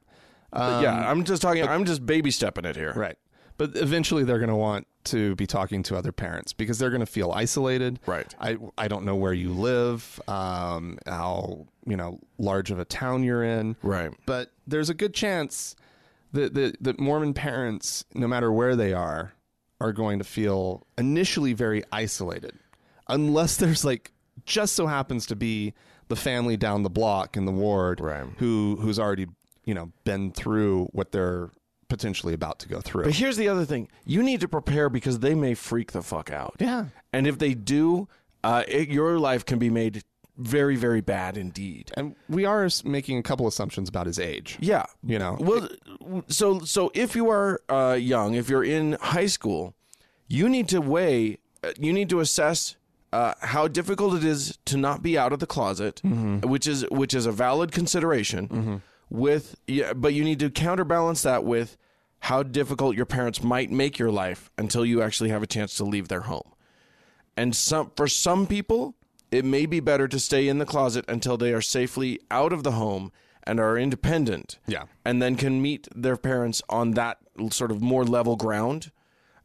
S1: Um, But yeah, I'm just talking. I'm just baby stepping it here.
S2: Right. But eventually they're going to want to be talking to other parents because they're going to feel isolated.
S1: Right.
S2: I, I don't know where you live, um, how, you know, large of a town you're in.
S1: Right.
S2: But there's a good chance that, that, that Mormon parents, no matter where they are, are going to feel initially very isolated unless there's like just so happens to be the family down the block in the ward
S1: Right.
S2: who who's already, you know, been through what they're potentially about to go through.
S1: But here's the other thing: you need to prepare because they may freak the fuck out.
S2: Yeah.
S1: And if they do, uh, it, your life can be made very, very bad indeed.
S2: And we are s- making a couple assumptions about his age.
S1: Yeah,
S2: You know.
S1: Well, so so if you are uh, young, if you're in high school, you need to weigh, uh, you need to assess uh, how difficult it is to not be out of the closet, which is which is a valid consideration. With yeah, but you need to counterbalance that with how difficult your parents might make your life until you actually have a chance to leave their home. And some for some people, it may be better to stay in the closet until they are safely out of the home and are independent.
S2: Yeah.
S1: And then can meet their parents on that l- sort of more level ground.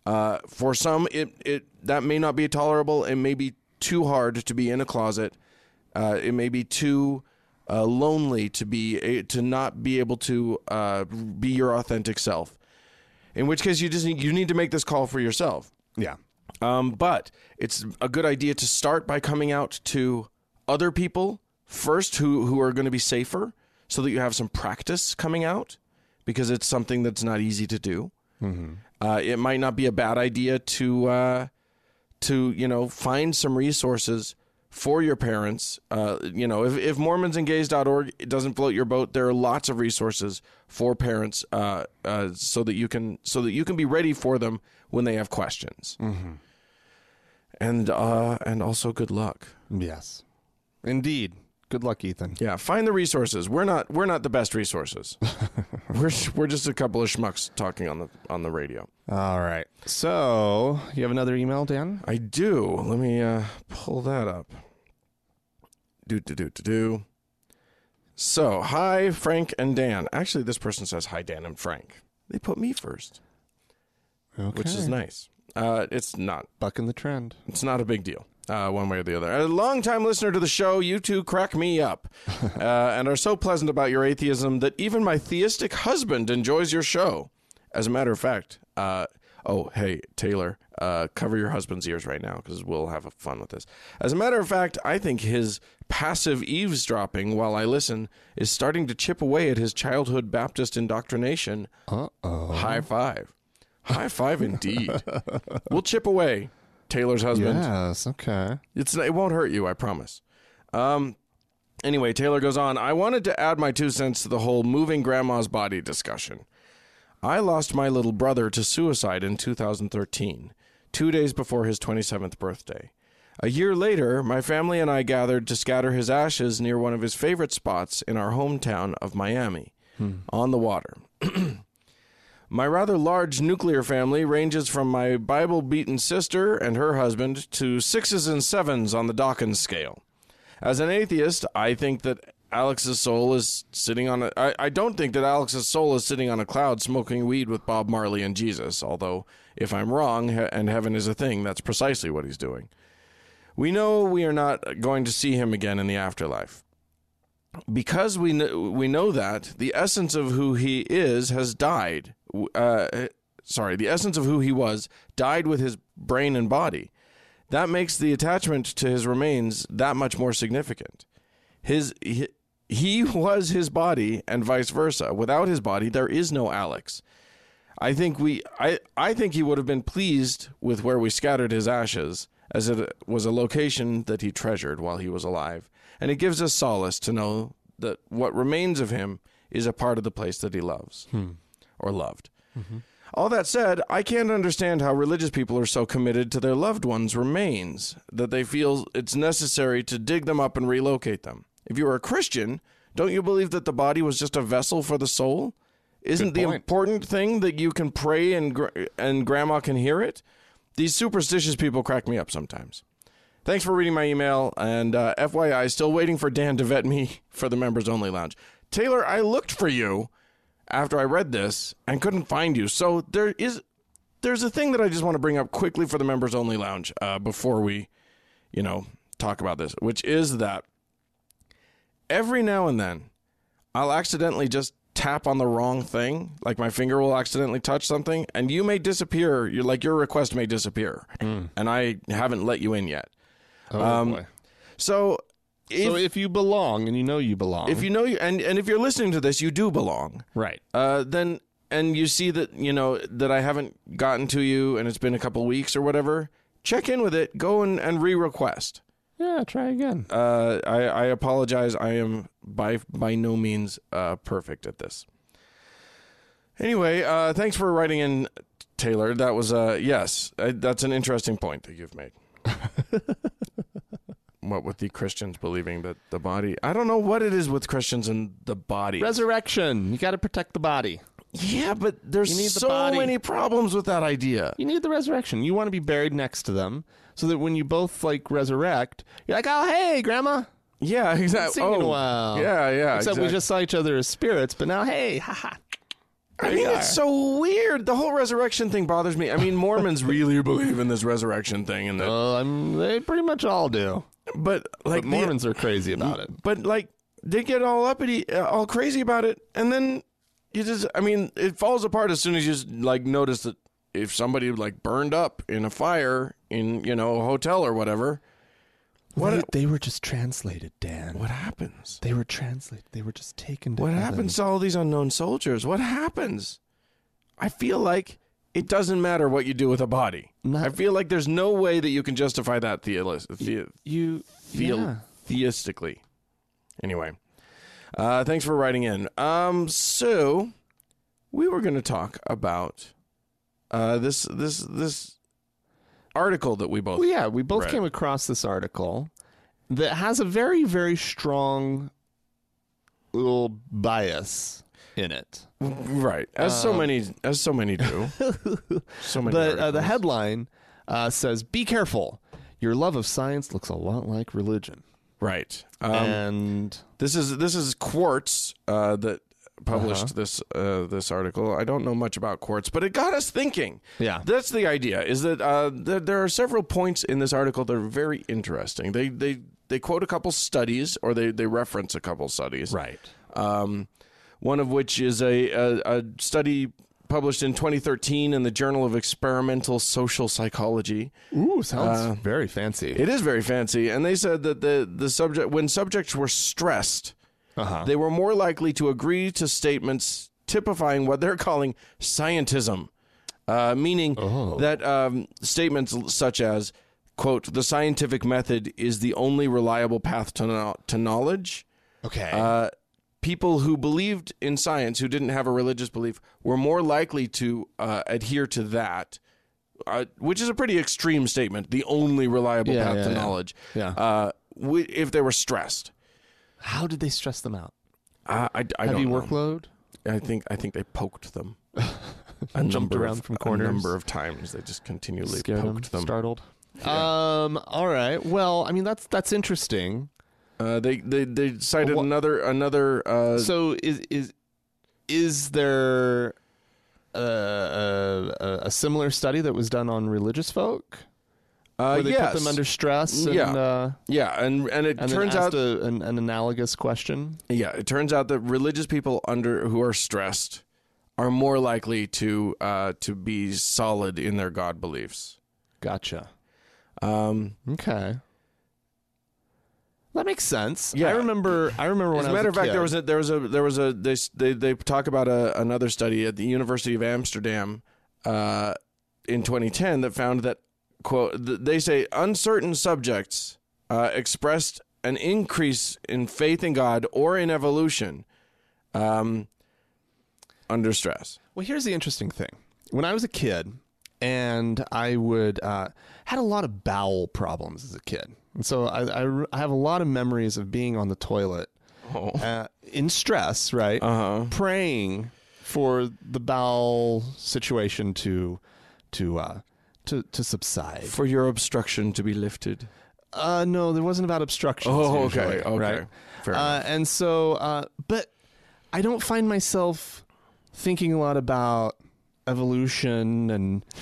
S1: Uh, for some, it, it that may not be tolerable. It may be too hard to be in a closet. Uh, it may be too uh, lonely to be a, to not be able to uh, be your authentic self. In which case, you just need, you need to make this call for yourself.
S2: Yeah.
S1: Um, but it's a good idea to start by coming out to other people first who, who are going to be safer so that you have some practice coming out because it's something that's not easy to do. Uh, it might not be a bad idea to, uh, to you know, find some resources for your parents. Uh, you know, if, if mormonsandgays.org doesn't float your boat, there are lots of resources for parents uh, uh, so that you can so that you can be ready for them when they have questions and uh and also good luck
S2: Yes. Indeed. Good luck, Ethan.
S1: yeah find the resources we're not we're not the best resources We're we're just a couple of schmucks talking on the on the radio.
S2: All right. So you have another email, Dan?
S1: I do. Let me uh, pull that up. Do do do do do. So hi Frank and Dan. Actually, this person says hi Dan and Frank. They put me first,
S2: Okay.
S1: which is nice. Uh, it's not
S2: bucking the trend.
S1: It's not a big deal, uh, one way or the other. A longtime listener to the show, you two crack me up uh, and are so pleasant about your atheism that even my theistic husband enjoys your show. As a matter of fact, uh, oh, hey, Taylor, uh, cover your husband's ears right now because we'll have fun with this. As a matter of fact, I think his passive eavesdropping while I listen is starting to chip away at his childhood Baptist indoctrination.
S2: Uh oh.
S1: High five. High five indeed. we'll chip away. Taylor's husband.
S2: Yes. Okay.
S1: It's it won't hurt you, I promise. Um anyway, Taylor goes on, I wanted to add my two cents to the whole moving grandma's body discussion. I lost my little brother to suicide in 2013, 2 days before his 27th birthday. A year later, my family and I gathered to scatter his ashes near one of his favorite spots in our hometown of Miami, on the water. My rather large nuclear family ranges from my Bible beaten sister and her husband to sixes and sevens on the Dawkins scale. As an atheist, I think that Alex's soul is sitting on a. I, I don't think that Alex's soul is sitting on a cloud smoking weed with Bob Marley and Jesus, although, if I'm wrong he- and heaven is a thing, that's precisely what he's doing. We know we are not going to see him again in the afterlife because we know, we know that the essence of who he is has died. w- Uh, sorry, the essence of who he was died with his brain and body. That makes the attachment to his remains that much more significant. His he, he was his body, and vice versa. Without his body, there is no Alex. I think we I, I think he would have been pleased with where we scattered his ashes, as it was a location that he treasured while he was alive, and it gives us solace to know that what remains of him is a part of the place that he loves or loved. All that said, I can't understand how religious people are so committed to their loved ones' remains that they feel it's necessary to dig them up and relocate them. If you are a Christian, don't you believe that the body was just a vessel for the soul? Isn't the
S2: point.
S1: important thing that you can pray and gr- and grandma can hear it? These superstitious people crack me up sometimes. Thanks for reading my email. And uh, FYI, still waiting for Dan to vet me for the members only lounge. Taylor, I looked for you after I read this and couldn't find you. So there is there's a thing that I just want to bring up quickly for the members only lounge uh, before we, you know, talk about this, which is that every now and then I'll accidentally just tap on the wrong thing like my finger will accidentally touch something and you may disappear you like your request may disappear and i haven't let you in yet
S2: Oh boy.
S1: so if,
S2: so if you belong and you know you belong,
S1: if you know you and, and if you're listening to this, you do belong.
S2: right,
S1: Uh, then and you see that you know that I haven't gotten to you and it's been a couple weeks or whatever. Check in with it. Go and, and re-request.
S2: yeah, try again.
S1: Uh, I, I apologize. I am by by no means uh, perfect at this. Anyway, uh, thanks for writing in, Taylor. That was uh, yes, uh, that's an interesting point that you've made. what with the Christians believing that the body, I don't know what it is with Christians and the body.
S2: Resurrection. You got to protect the body.
S1: yeah, but
S2: You
S1: there's
S2: need the
S1: so
S2: body.
S1: many problems with that idea.
S2: You need the resurrection. You want to be buried next to them, so that when you both like resurrect, you're like, oh hey, grandma.
S1: Yeah, exactly.
S2: seen you in a while.
S1: Oh, Yeah, yeah.
S2: Except we
S1: exact-
S2: just saw each other as spirits, but now hey, haha.
S1: I mean, it's so weird. The whole resurrection thing bothers me. I mean, Mormons really believe in this resurrection thing, and that,
S2: Well, I'm, they pretty much all do.
S1: but like
S2: Uh, But
S1: the-
S2: Mormons are crazy about it.
S1: but like they get all uppity, uh, all crazy about it, and then you just, I mean, it falls apart as soon as you just, like notice that if somebody like burned up in a fire in you know a hotel or whatever,
S2: What they, they were just translated, Dan.
S1: what happens?
S2: They were translated. They were just taken. To
S1: What
S2: heaven.
S1: happens to all these unknown soldiers? What happens? I feel like it doesn't matter what you do with a body.
S2: Not-
S1: I feel like there's no way that you can justify that theolist, the,
S2: You
S1: theo-
S2: yeah.
S1: theistically. Anyway, uh, thanks for writing in. Um, so we were going to talk about uh, this this this article that we both.
S2: Well, yeah, we both
S1: Right.
S2: came across this article that has a very, very strong little bias in it.
S1: Right. As so many as so many do. so many
S2: Uh, But uh, the
S1: articles.
S2: headline uh, says, "Be careful. Your love of science looks a lot like religion."
S1: Right. Um,
S2: and
S1: This is this is Quartz uh, that published
S2: Uh-huh.
S1: this uh, this article. I don't know much about Quartz, but it got us thinking.
S2: Yeah.
S1: that's the idea. Is that uh, th- there are several points in this article that are very interesting. They they they quote a couple studies or they they reference a couple studies. Um, one of which is a, a, a study published in 2013 in the Journal of Experimental Social Psychology.
S2: Ooh, sounds very fancy.
S1: It is very fancy, and they said that the the subject when subjects were stressed, they were more likely to agree to statements typifying what they're calling scientism, uh, meaning that um, statements l- such as "quote the scientific method is the only reliable path to no- to knowledge."
S2: okay.
S1: Uh, people who believed in science, who didn't have a religious belief, were more likely to uh, adhere to that, uh, which is a pretty extreme statement. The only reliable
S2: Yeah,
S1: path
S2: yeah,
S1: to
S2: yeah.
S1: knowledge.
S2: Yeah.
S1: Uh, wi- if they were stressed,
S2: How did they stress them out?
S1: uh, I, I
S2: Heavy
S1: don't know.
S2: workload.
S1: I think I think they poked them. A
S2: Jumped
S1: number
S2: around
S1: of,
S2: from
S1: A
S2: corners.
S1: number of times they just continually
S2: Scared
S1: poked them.
S2: startled. Um. All right. Well, I mean, that's that's interesting.
S1: Uh, they they they cited
S2: Wha-
S1: another another. Uh,
S2: So is is is there a, a, a similar study that was done on religious folk
S1: uh,
S2: where they
S1: yes.
S2: put them under stress? And,
S1: Yeah.
S2: Uh,
S1: yeah, and and it
S2: and
S1: turns
S2: then
S1: out
S2: asked a, an, an analogous question.
S1: Yeah, it turns out that religious people under who are stressed are more likely to uh, to be solid in their God beliefs.
S2: Gotcha.
S1: Um,
S2: Okay. That makes sense.
S1: Yeah.
S2: I remember. I remember when
S1: as
S2: I
S1: a
S2: was
S1: matter of fact,
S2: kid.
S1: there was a there was a there was a they they, they talk about a, another study at the University of Amsterdam uh, in 2010 that found that quote th- they say uncertain subjects uh, expressed an increase in faith in God or in evolution um, under stress.
S2: Well, here's the interesting thing. When I was a kid, and I would uh, had a lot of bowel problems as a kid, and so I, I re- I have a lot of memories of being on the toilet uh, in stress, right? Uh-huh. Praying for the bowel situation to to uh, to to subside.
S1: for your obstruction to be lifted.
S2: Uh, no, there wasn't about obstructions.
S1: Oh, okay,
S2: usually,
S1: okay.
S2: right?
S1: Fair
S2: uh, and so, uh, but I don't find myself thinking a lot about evolution and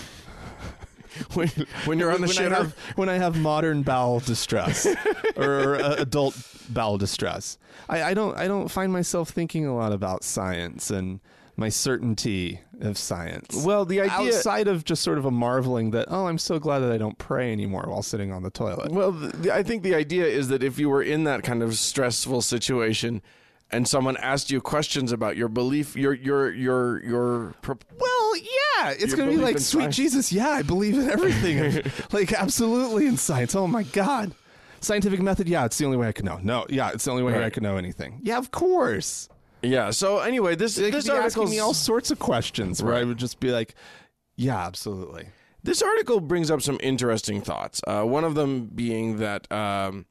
S1: When, when you're on the
S2: when I
S1: shitter,
S2: have, when I have modern bowel distress or uh, adult bowel distress. I, I don't I don't find myself thinking a lot about science and my certainty of science.
S1: Well, the idea-
S2: outside of just sort of a marveling that oh, I'm so glad that I don't pray anymore while sitting on the toilet.
S1: well, the, I think the idea is that if you were in that kind of stressful situation, and someone asked you questions about your belief, your your your your. Pro-
S2: Well, yeah, it's
S1: You
S2: going to be
S1: believe
S2: like,
S1: in
S2: sweet
S1: science?
S2: Jesus, yeah, I believe in everything. like, absolutely in science. Oh my God. Scientific method, yeah, it's the only way I can know. No, yeah, it's the only way I
S1: Right.
S2: can know anything. Yeah, of course.
S1: yeah. So anyway, this
S2: They
S1: this
S2: could be asking
S1: article
S2: me all sorts of questions where I would just be like, yeah, absolutely.
S1: this article brings up some interesting thoughts. Uh, one of them being that um,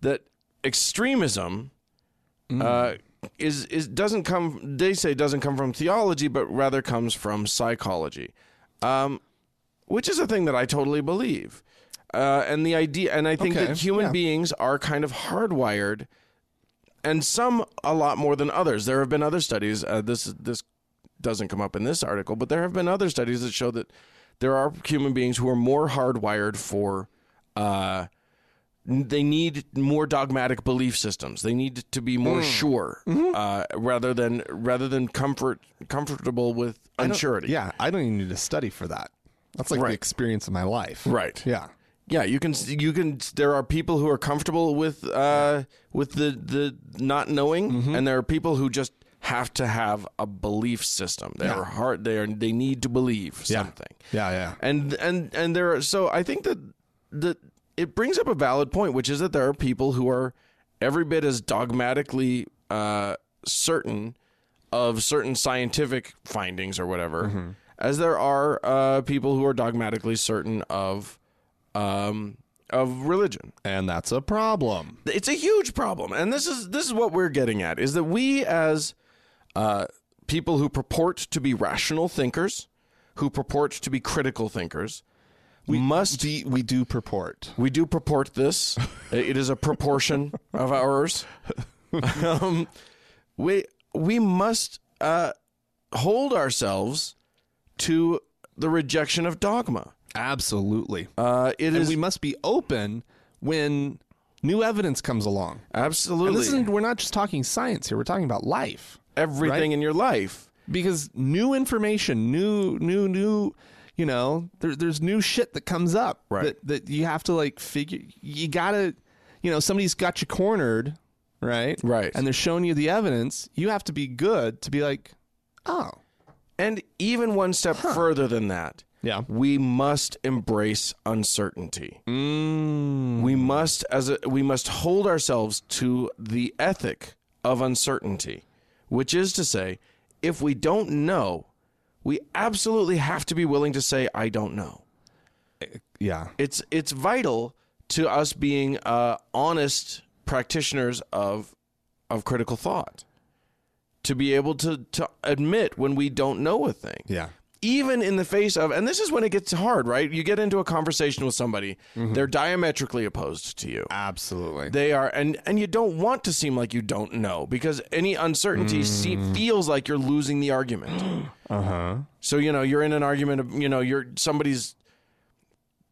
S1: that extremism
S2: Mm.
S1: uh, is is doesn't come. They say doesn't come from theology, but rather comes from psychology, um, which is a thing that I totally believe. Uh, and the idea, and I think
S2: Okay,
S1: that human
S2: yeah.
S1: beings are kind of hardwired, and some a lot more than others. There have been other studies. Uh, this this doesn't come up in this article, but there have been other studies that show that there are human beings who are more hardwired for. Uh, n- they need more dogmatic belief systems. They need to be
S2: Hmm.
S1: more sure,
S2: Mm-hmm.
S1: uh, rather than rather than comfort comfortable with unsurety.
S2: Yeah, I don't even need to study for that. That's like
S1: Right.
S2: the experience of my life.
S1: Right.
S2: Yeah.
S1: Yeah, you can you can there are people who are comfortable with uh with the the not knowing
S2: Mm-hmm.
S1: and there are people who just have to have a belief system. They are hard they are they need to believe
S2: Yeah.
S1: something.
S2: Yeah, yeah.
S1: And and and there are so I think that that it brings up a valid point which is that there are people who are every bit as dogmatically uh certain of certain scientific findings or whatever as there are uh people who are dogmatically certain of um, of religion.
S2: And that's a problem.
S1: It's a huge problem, and this is this is what we're getting at: is that we as uh, people who purport to be rational thinkers, who purport to be critical thinkers. We must
S2: We, we do purport.
S1: we do purport this. it is a proportion of ours. um, we we must uh, hold ourselves to the rejection of dogma.
S2: Absolutely.
S1: Uh, it
S2: and
S1: is
S2: we must be open when new evidence comes along. And
S1: absolutely
S2: this isn't, we're not just talking science here, we're talking about life.
S1: everything
S2: right?
S1: in your life.
S2: Because new information, new, new, new, you know, there, there's new shit that comes up
S1: Right.
S2: that, that you have to like figure, you gotta, you know, somebody's got you cornered, right?
S1: Right.
S2: And they're showing you the evidence. You have to be good to be like, oh,
S1: And even one step further than that,
S2: Yeah.
S1: we must embrace uncertainty.
S2: mm,
S1: We must as a, we must hold ourselves to the ethic of uncertainty, which is to say, if we don't know, we absolutely have to be willing to say I don't know.
S2: yeah.
S1: It's it's vital to us being uh, honest practitioners of of critical thought. To be able to to admit when we don't know a thing
S2: Yeah.
S1: even in the face of, and this is when it gets hard, right? You get into a conversation with somebody, they're diametrically opposed to you.
S2: Absolutely.
S1: They are, and and you don't want to seem like you don't know because any uncertainty se- feels like you're losing the argument. uh huh. So you know you're in an argument. Of, you know you're somebody's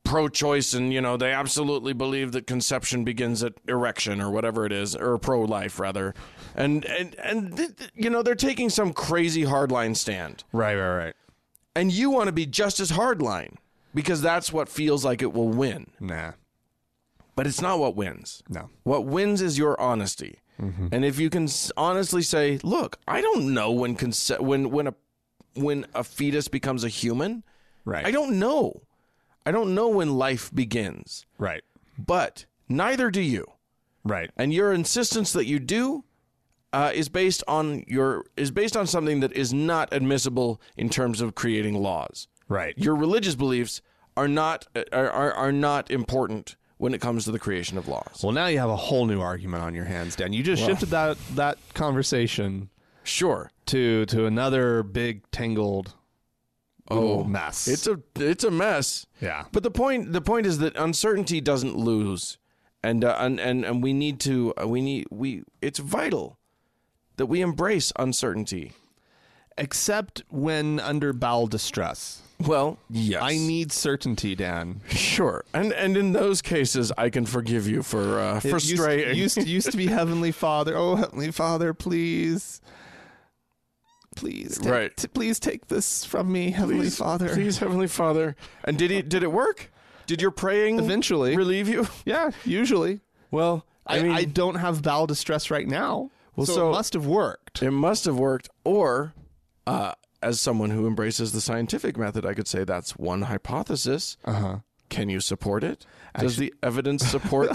S1: pro-choice, and you know they absolutely believe that conception begins at erection or whatever it is, or pro-life rather, and and and th- th- you know they're taking some crazy hardline stand
S2: Right, right, right.
S1: and you want to be just as hardline because that's what feels like it will win.
S2: Nah.
S1: But it's not what wins.
S2: No. Mm-hmm.
S1: What wins is your honesty. And if you can s- honestly say, "Look, I don't know when conce- when when a when a fetus becomes a human.
S2: Right.
S1: I don't know. I don't know when life begins.
S2: Right.
S1: But neither do you.
S2: Right.
S1: And your insistence that you do uh, is based on your is based on something that is not admissible in terms of creating laws.
S2: Right.
S1: your religious beliefs are not uh, are, are, are not important when it comes to the creation of laws.
S2: Well, now you have a whole new argument on your hands, Dan. You just shifted that that conversation
S1: Sure,
S2: to to another big tangled oh mess.
S1: it's a it's a mess.
S2: Yeah.
S1: but the point the point is that uncertainty doesn't lose, and uh, and, and and we need to uh, we need we it's vital that we embrace uncertainty.
S2: except when under bowel distress.
S1: Well, yes,
S2: I need certainty, Dan.
S1: sure, and and in those cases, I can forgive you for uh, for
S2: It used-
S1: straying.
S2: Used, used to be Heavenly Father. Oh, Heavenly Father, please. Please, take,
S1: Right.
S2: t- please take this from me, Heavenly Father.
S1: Please, Heavenly Father, and did he did it work? Did your praying
S2: Eventually.
S1: relieve you?
S2: Yeah, usually.
S1: Well,
S2: I, I,
S1: mean,
S2: don't have bowel distress right now. Well, so,
S1: so-
S2: it must have worked.
S1: it must have worked. Or, uh, as someone who embraces the scientific method, I could say that's one hypothesis. Uh
S2: Uh-huh.
S1: huh. Can you support it? Does the evidence support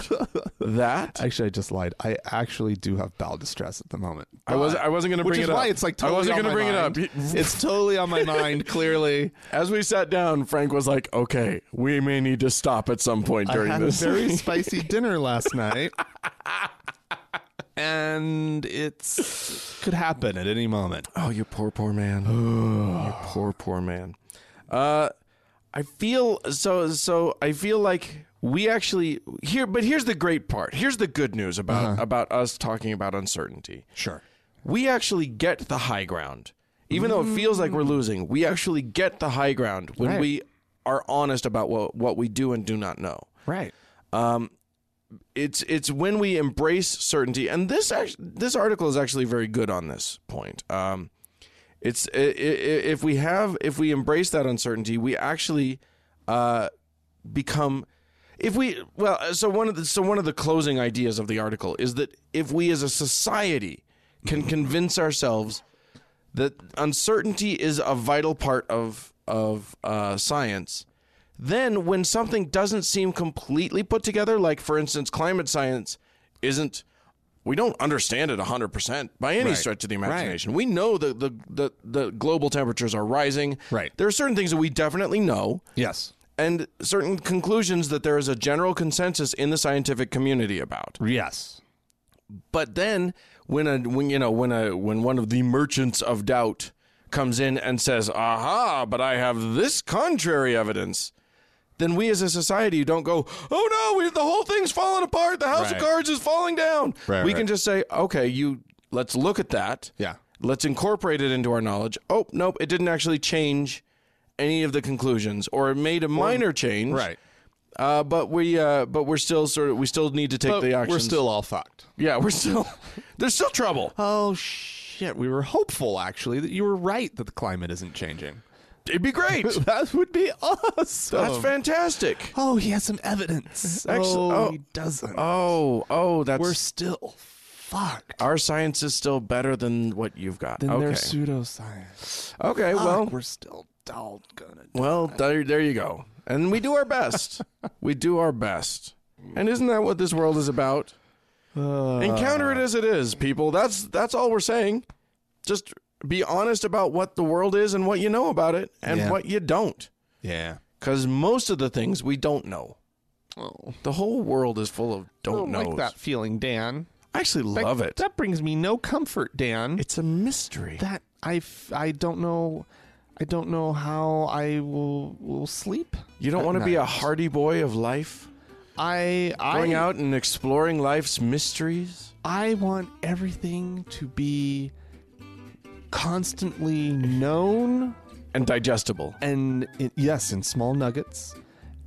S1: that?
S2: Actually, I just lied. I actually do have bowel distress at the moment.
S1: I was I wasn't going to
S2: Which
S1: bring
S2: is
S1: it up.
S2: why it's like totally
S1: I wasn't
S2: going to
S1: gonna bring it up.
S2: it's totally on my mind. Clearly,
S1: As we sat down, Frank was like, "Okay, we may need to stop at some point during
S2: I had
S1: this."
S2: a very spicy dinner last night, and it's could happen at any moment.
S1: Oh, you poor, poor man. you poor, poor man. Uh, I feel so. So I feel like we actually here. But here's the great part. Here's the good news about about us talking about uncertainty.
S2: Sure.
S1: We actually get the high ground, even though it feels like we're losing. We actually get the high ground when
S2: Right.
S1: we are honest about what what we do and do not know
S2: Right.
S1: it's it's when we embrace certainty and this act- this article is actually very good on this point um it's i- i- i- if we have if we embrace that uncertainty we actually uh become if we well uh, so one of the so one of the closing ideas of the article is that if we as a society can convince ourselves that uncertainty is a vital part of of uh, science. Then, when something doesn't seem completely put together, like for instance, climate science isn't, we don't understand it 100% by any stretch of the imagination. We know that the, the, the global temperatures are rising.
S2: Right.
S1: There are certain things that we definitely know
S2: Yes.
S1: and certain conclusions that there is a general consensus in the scientific community about.
S2: Yes.
S1: But then when a when you know when a when one of the merchants of doubt comes in and says, "Aha, but I have this contrary evidence." Then we as a society don't go, "Oh no, we, the whole thing's falling apart. The house
S2: Right.
S1: of cards is falling down."
S2: Right,
S1: we
S2: right.
S1: can just say, "Okay, you let's look at that."
S2: Yeah.
S1: Let's incorporate it into our knowledge. Oh, nope, it didn't actually change any of the conclusions or it made a minor change.
S2: Right.
S1: Uh, but we uh, but we're still sort of we still need to take the action.
S2: we're still all fucked.
S1: yeah we're still there's still trouble.
S2: Oh shit! We were hopeful actually that you were right that the climate isn't changing.
S1: It'd be great.
S2: That would be awesome.
S1: That's fantastic.
S2: Oh, he has some evidence.
S1: Excellent.
S2: Oh,
S1: Oh.
S2: he doesn't.
S1: Oh oh that's
S2: we're still fucked.
S1: our science is still better than what you've got.
S2: Then
S1: okay.
S2: they're pseudoscience.
S1: okay
S2: Well,
S1: well
S2: we're still all gonna.
S1: well there there you go. And we do our best. we do our best. And isn't that what this world is about? Uh. Encounter it as it is, people. That's that's all we're saying. Just be honest about what the world is and what you know about it and
S2: Yeah.
S1: what you don't.
S2: Yeah.
S1: Because most of the things we don't know.
S2: Oh,
S1: The whole world is full of
S2: I
S1: don't
S2: don't
S1: knows.
S2: like that feeling, Dan.
S1: I actually
S2: That-
S1: love it.
S2: That brings me no comfort, Dan.
S1: It's a mystery.
S2: that I f- I don't know. I don't know how I will will sleep.
S1: you don't
S2: at
S1: want to be a
S2: night.
S1: hardy boy of life,
S2: I I
S1: going out and exploring life's mysteries.
S2: I want everything to be constantly known
S1: And digestible.
S2: and it, yes, in small nuggets.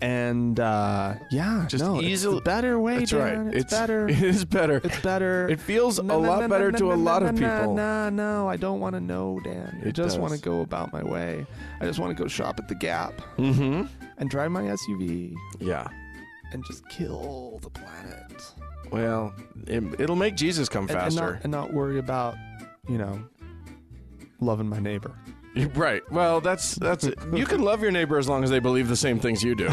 S2: And uh, yeah,
S1: Just
S2: no, it's
S1: easily-
S2: the better way,
S1: That's right.
S2: Dan. It's, better.
S1: It is better.
S2: It's better.
S1: It feels
S2: No,
S1: a
S2: no,
S1: lot
S2: no,
S1: better
S2: no,
S1: to
S2: no,
S1: a
S2: no,
S1: lot
S2: no,
S1: of
S2: no,
S1: people.
S2: No, no, I don't want to know, Dan. I
S1: It
S2: just want to
S1: does.
S2: go about my way. I just want to go shop at the Gap
S1: Mm-hmm.
S2: and drive my SUV
S1: Yeah.
S2: and just kill the planet
S1: Well, it, it'll make Jesus come
S2: and, and not
S1: faster.
S2: and not worry about you know loving my neighbor.
S1: right. Well, that's that's it. You can love your neighbor as long as they believe the same things you do.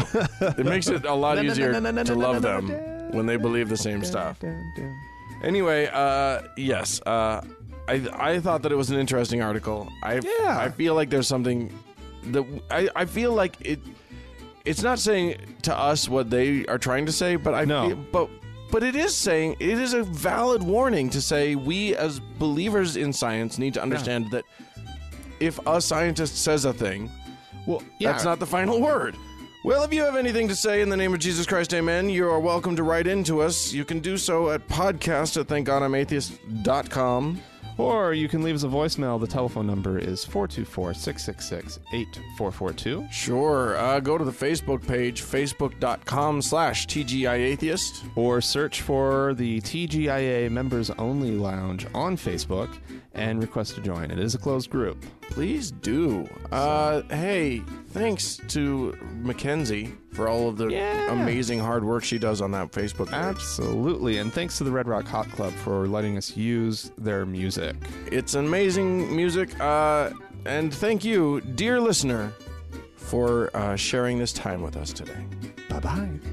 S1: It makes it a lot
S2: No, no, no,
S1: easier
S2: no, no, no,
S1: to
S2: no, no,
S1: love
S2: no,
S1: them
S2: no.
S1: when they believe the same stuff.
S2: Dun, dun, dun.
S1: Anyway, uh, yes, uh, I I thought that it was an interesting article. I
S2: Yeah.
S1: I feel like there's something that I I feel like it. It's not saying to us what they are trying to say, but I
S2: No.
S1: feel, but but it is saying it is a valid warning to say we as believers in science need to understand that if a scientist says a thing,
S2: Well, yeah,
S1: that's not the final word. Well, if you have anything to say in the name of Jesus Christ, amen, you are welcome to write into us. You can do so at podcast at thankgodimatheist.com.
S2: Or you can leave us a voicemail. The telephone number is 424 666 8442.
S1: Sure. Uh, go to the Facebook page, facebook.com slash TGIAtheist.
S2: Or search for the TGIA Members Only Lounge on Facebook and request to join. It is a closed group.
S1: Please do. Uh, hey, thanks to Mackenzie for all of the
S2: Yeah.
S1: amazing hard work she does on that Facebook page.
S2: Absolutely. And thanks to the Red Rock Hot Club for letting us use their music.
S1: It's amazing music. Uh, and thank you, dear listener, for uh, sharing this time with us today.
S2: Bye bye.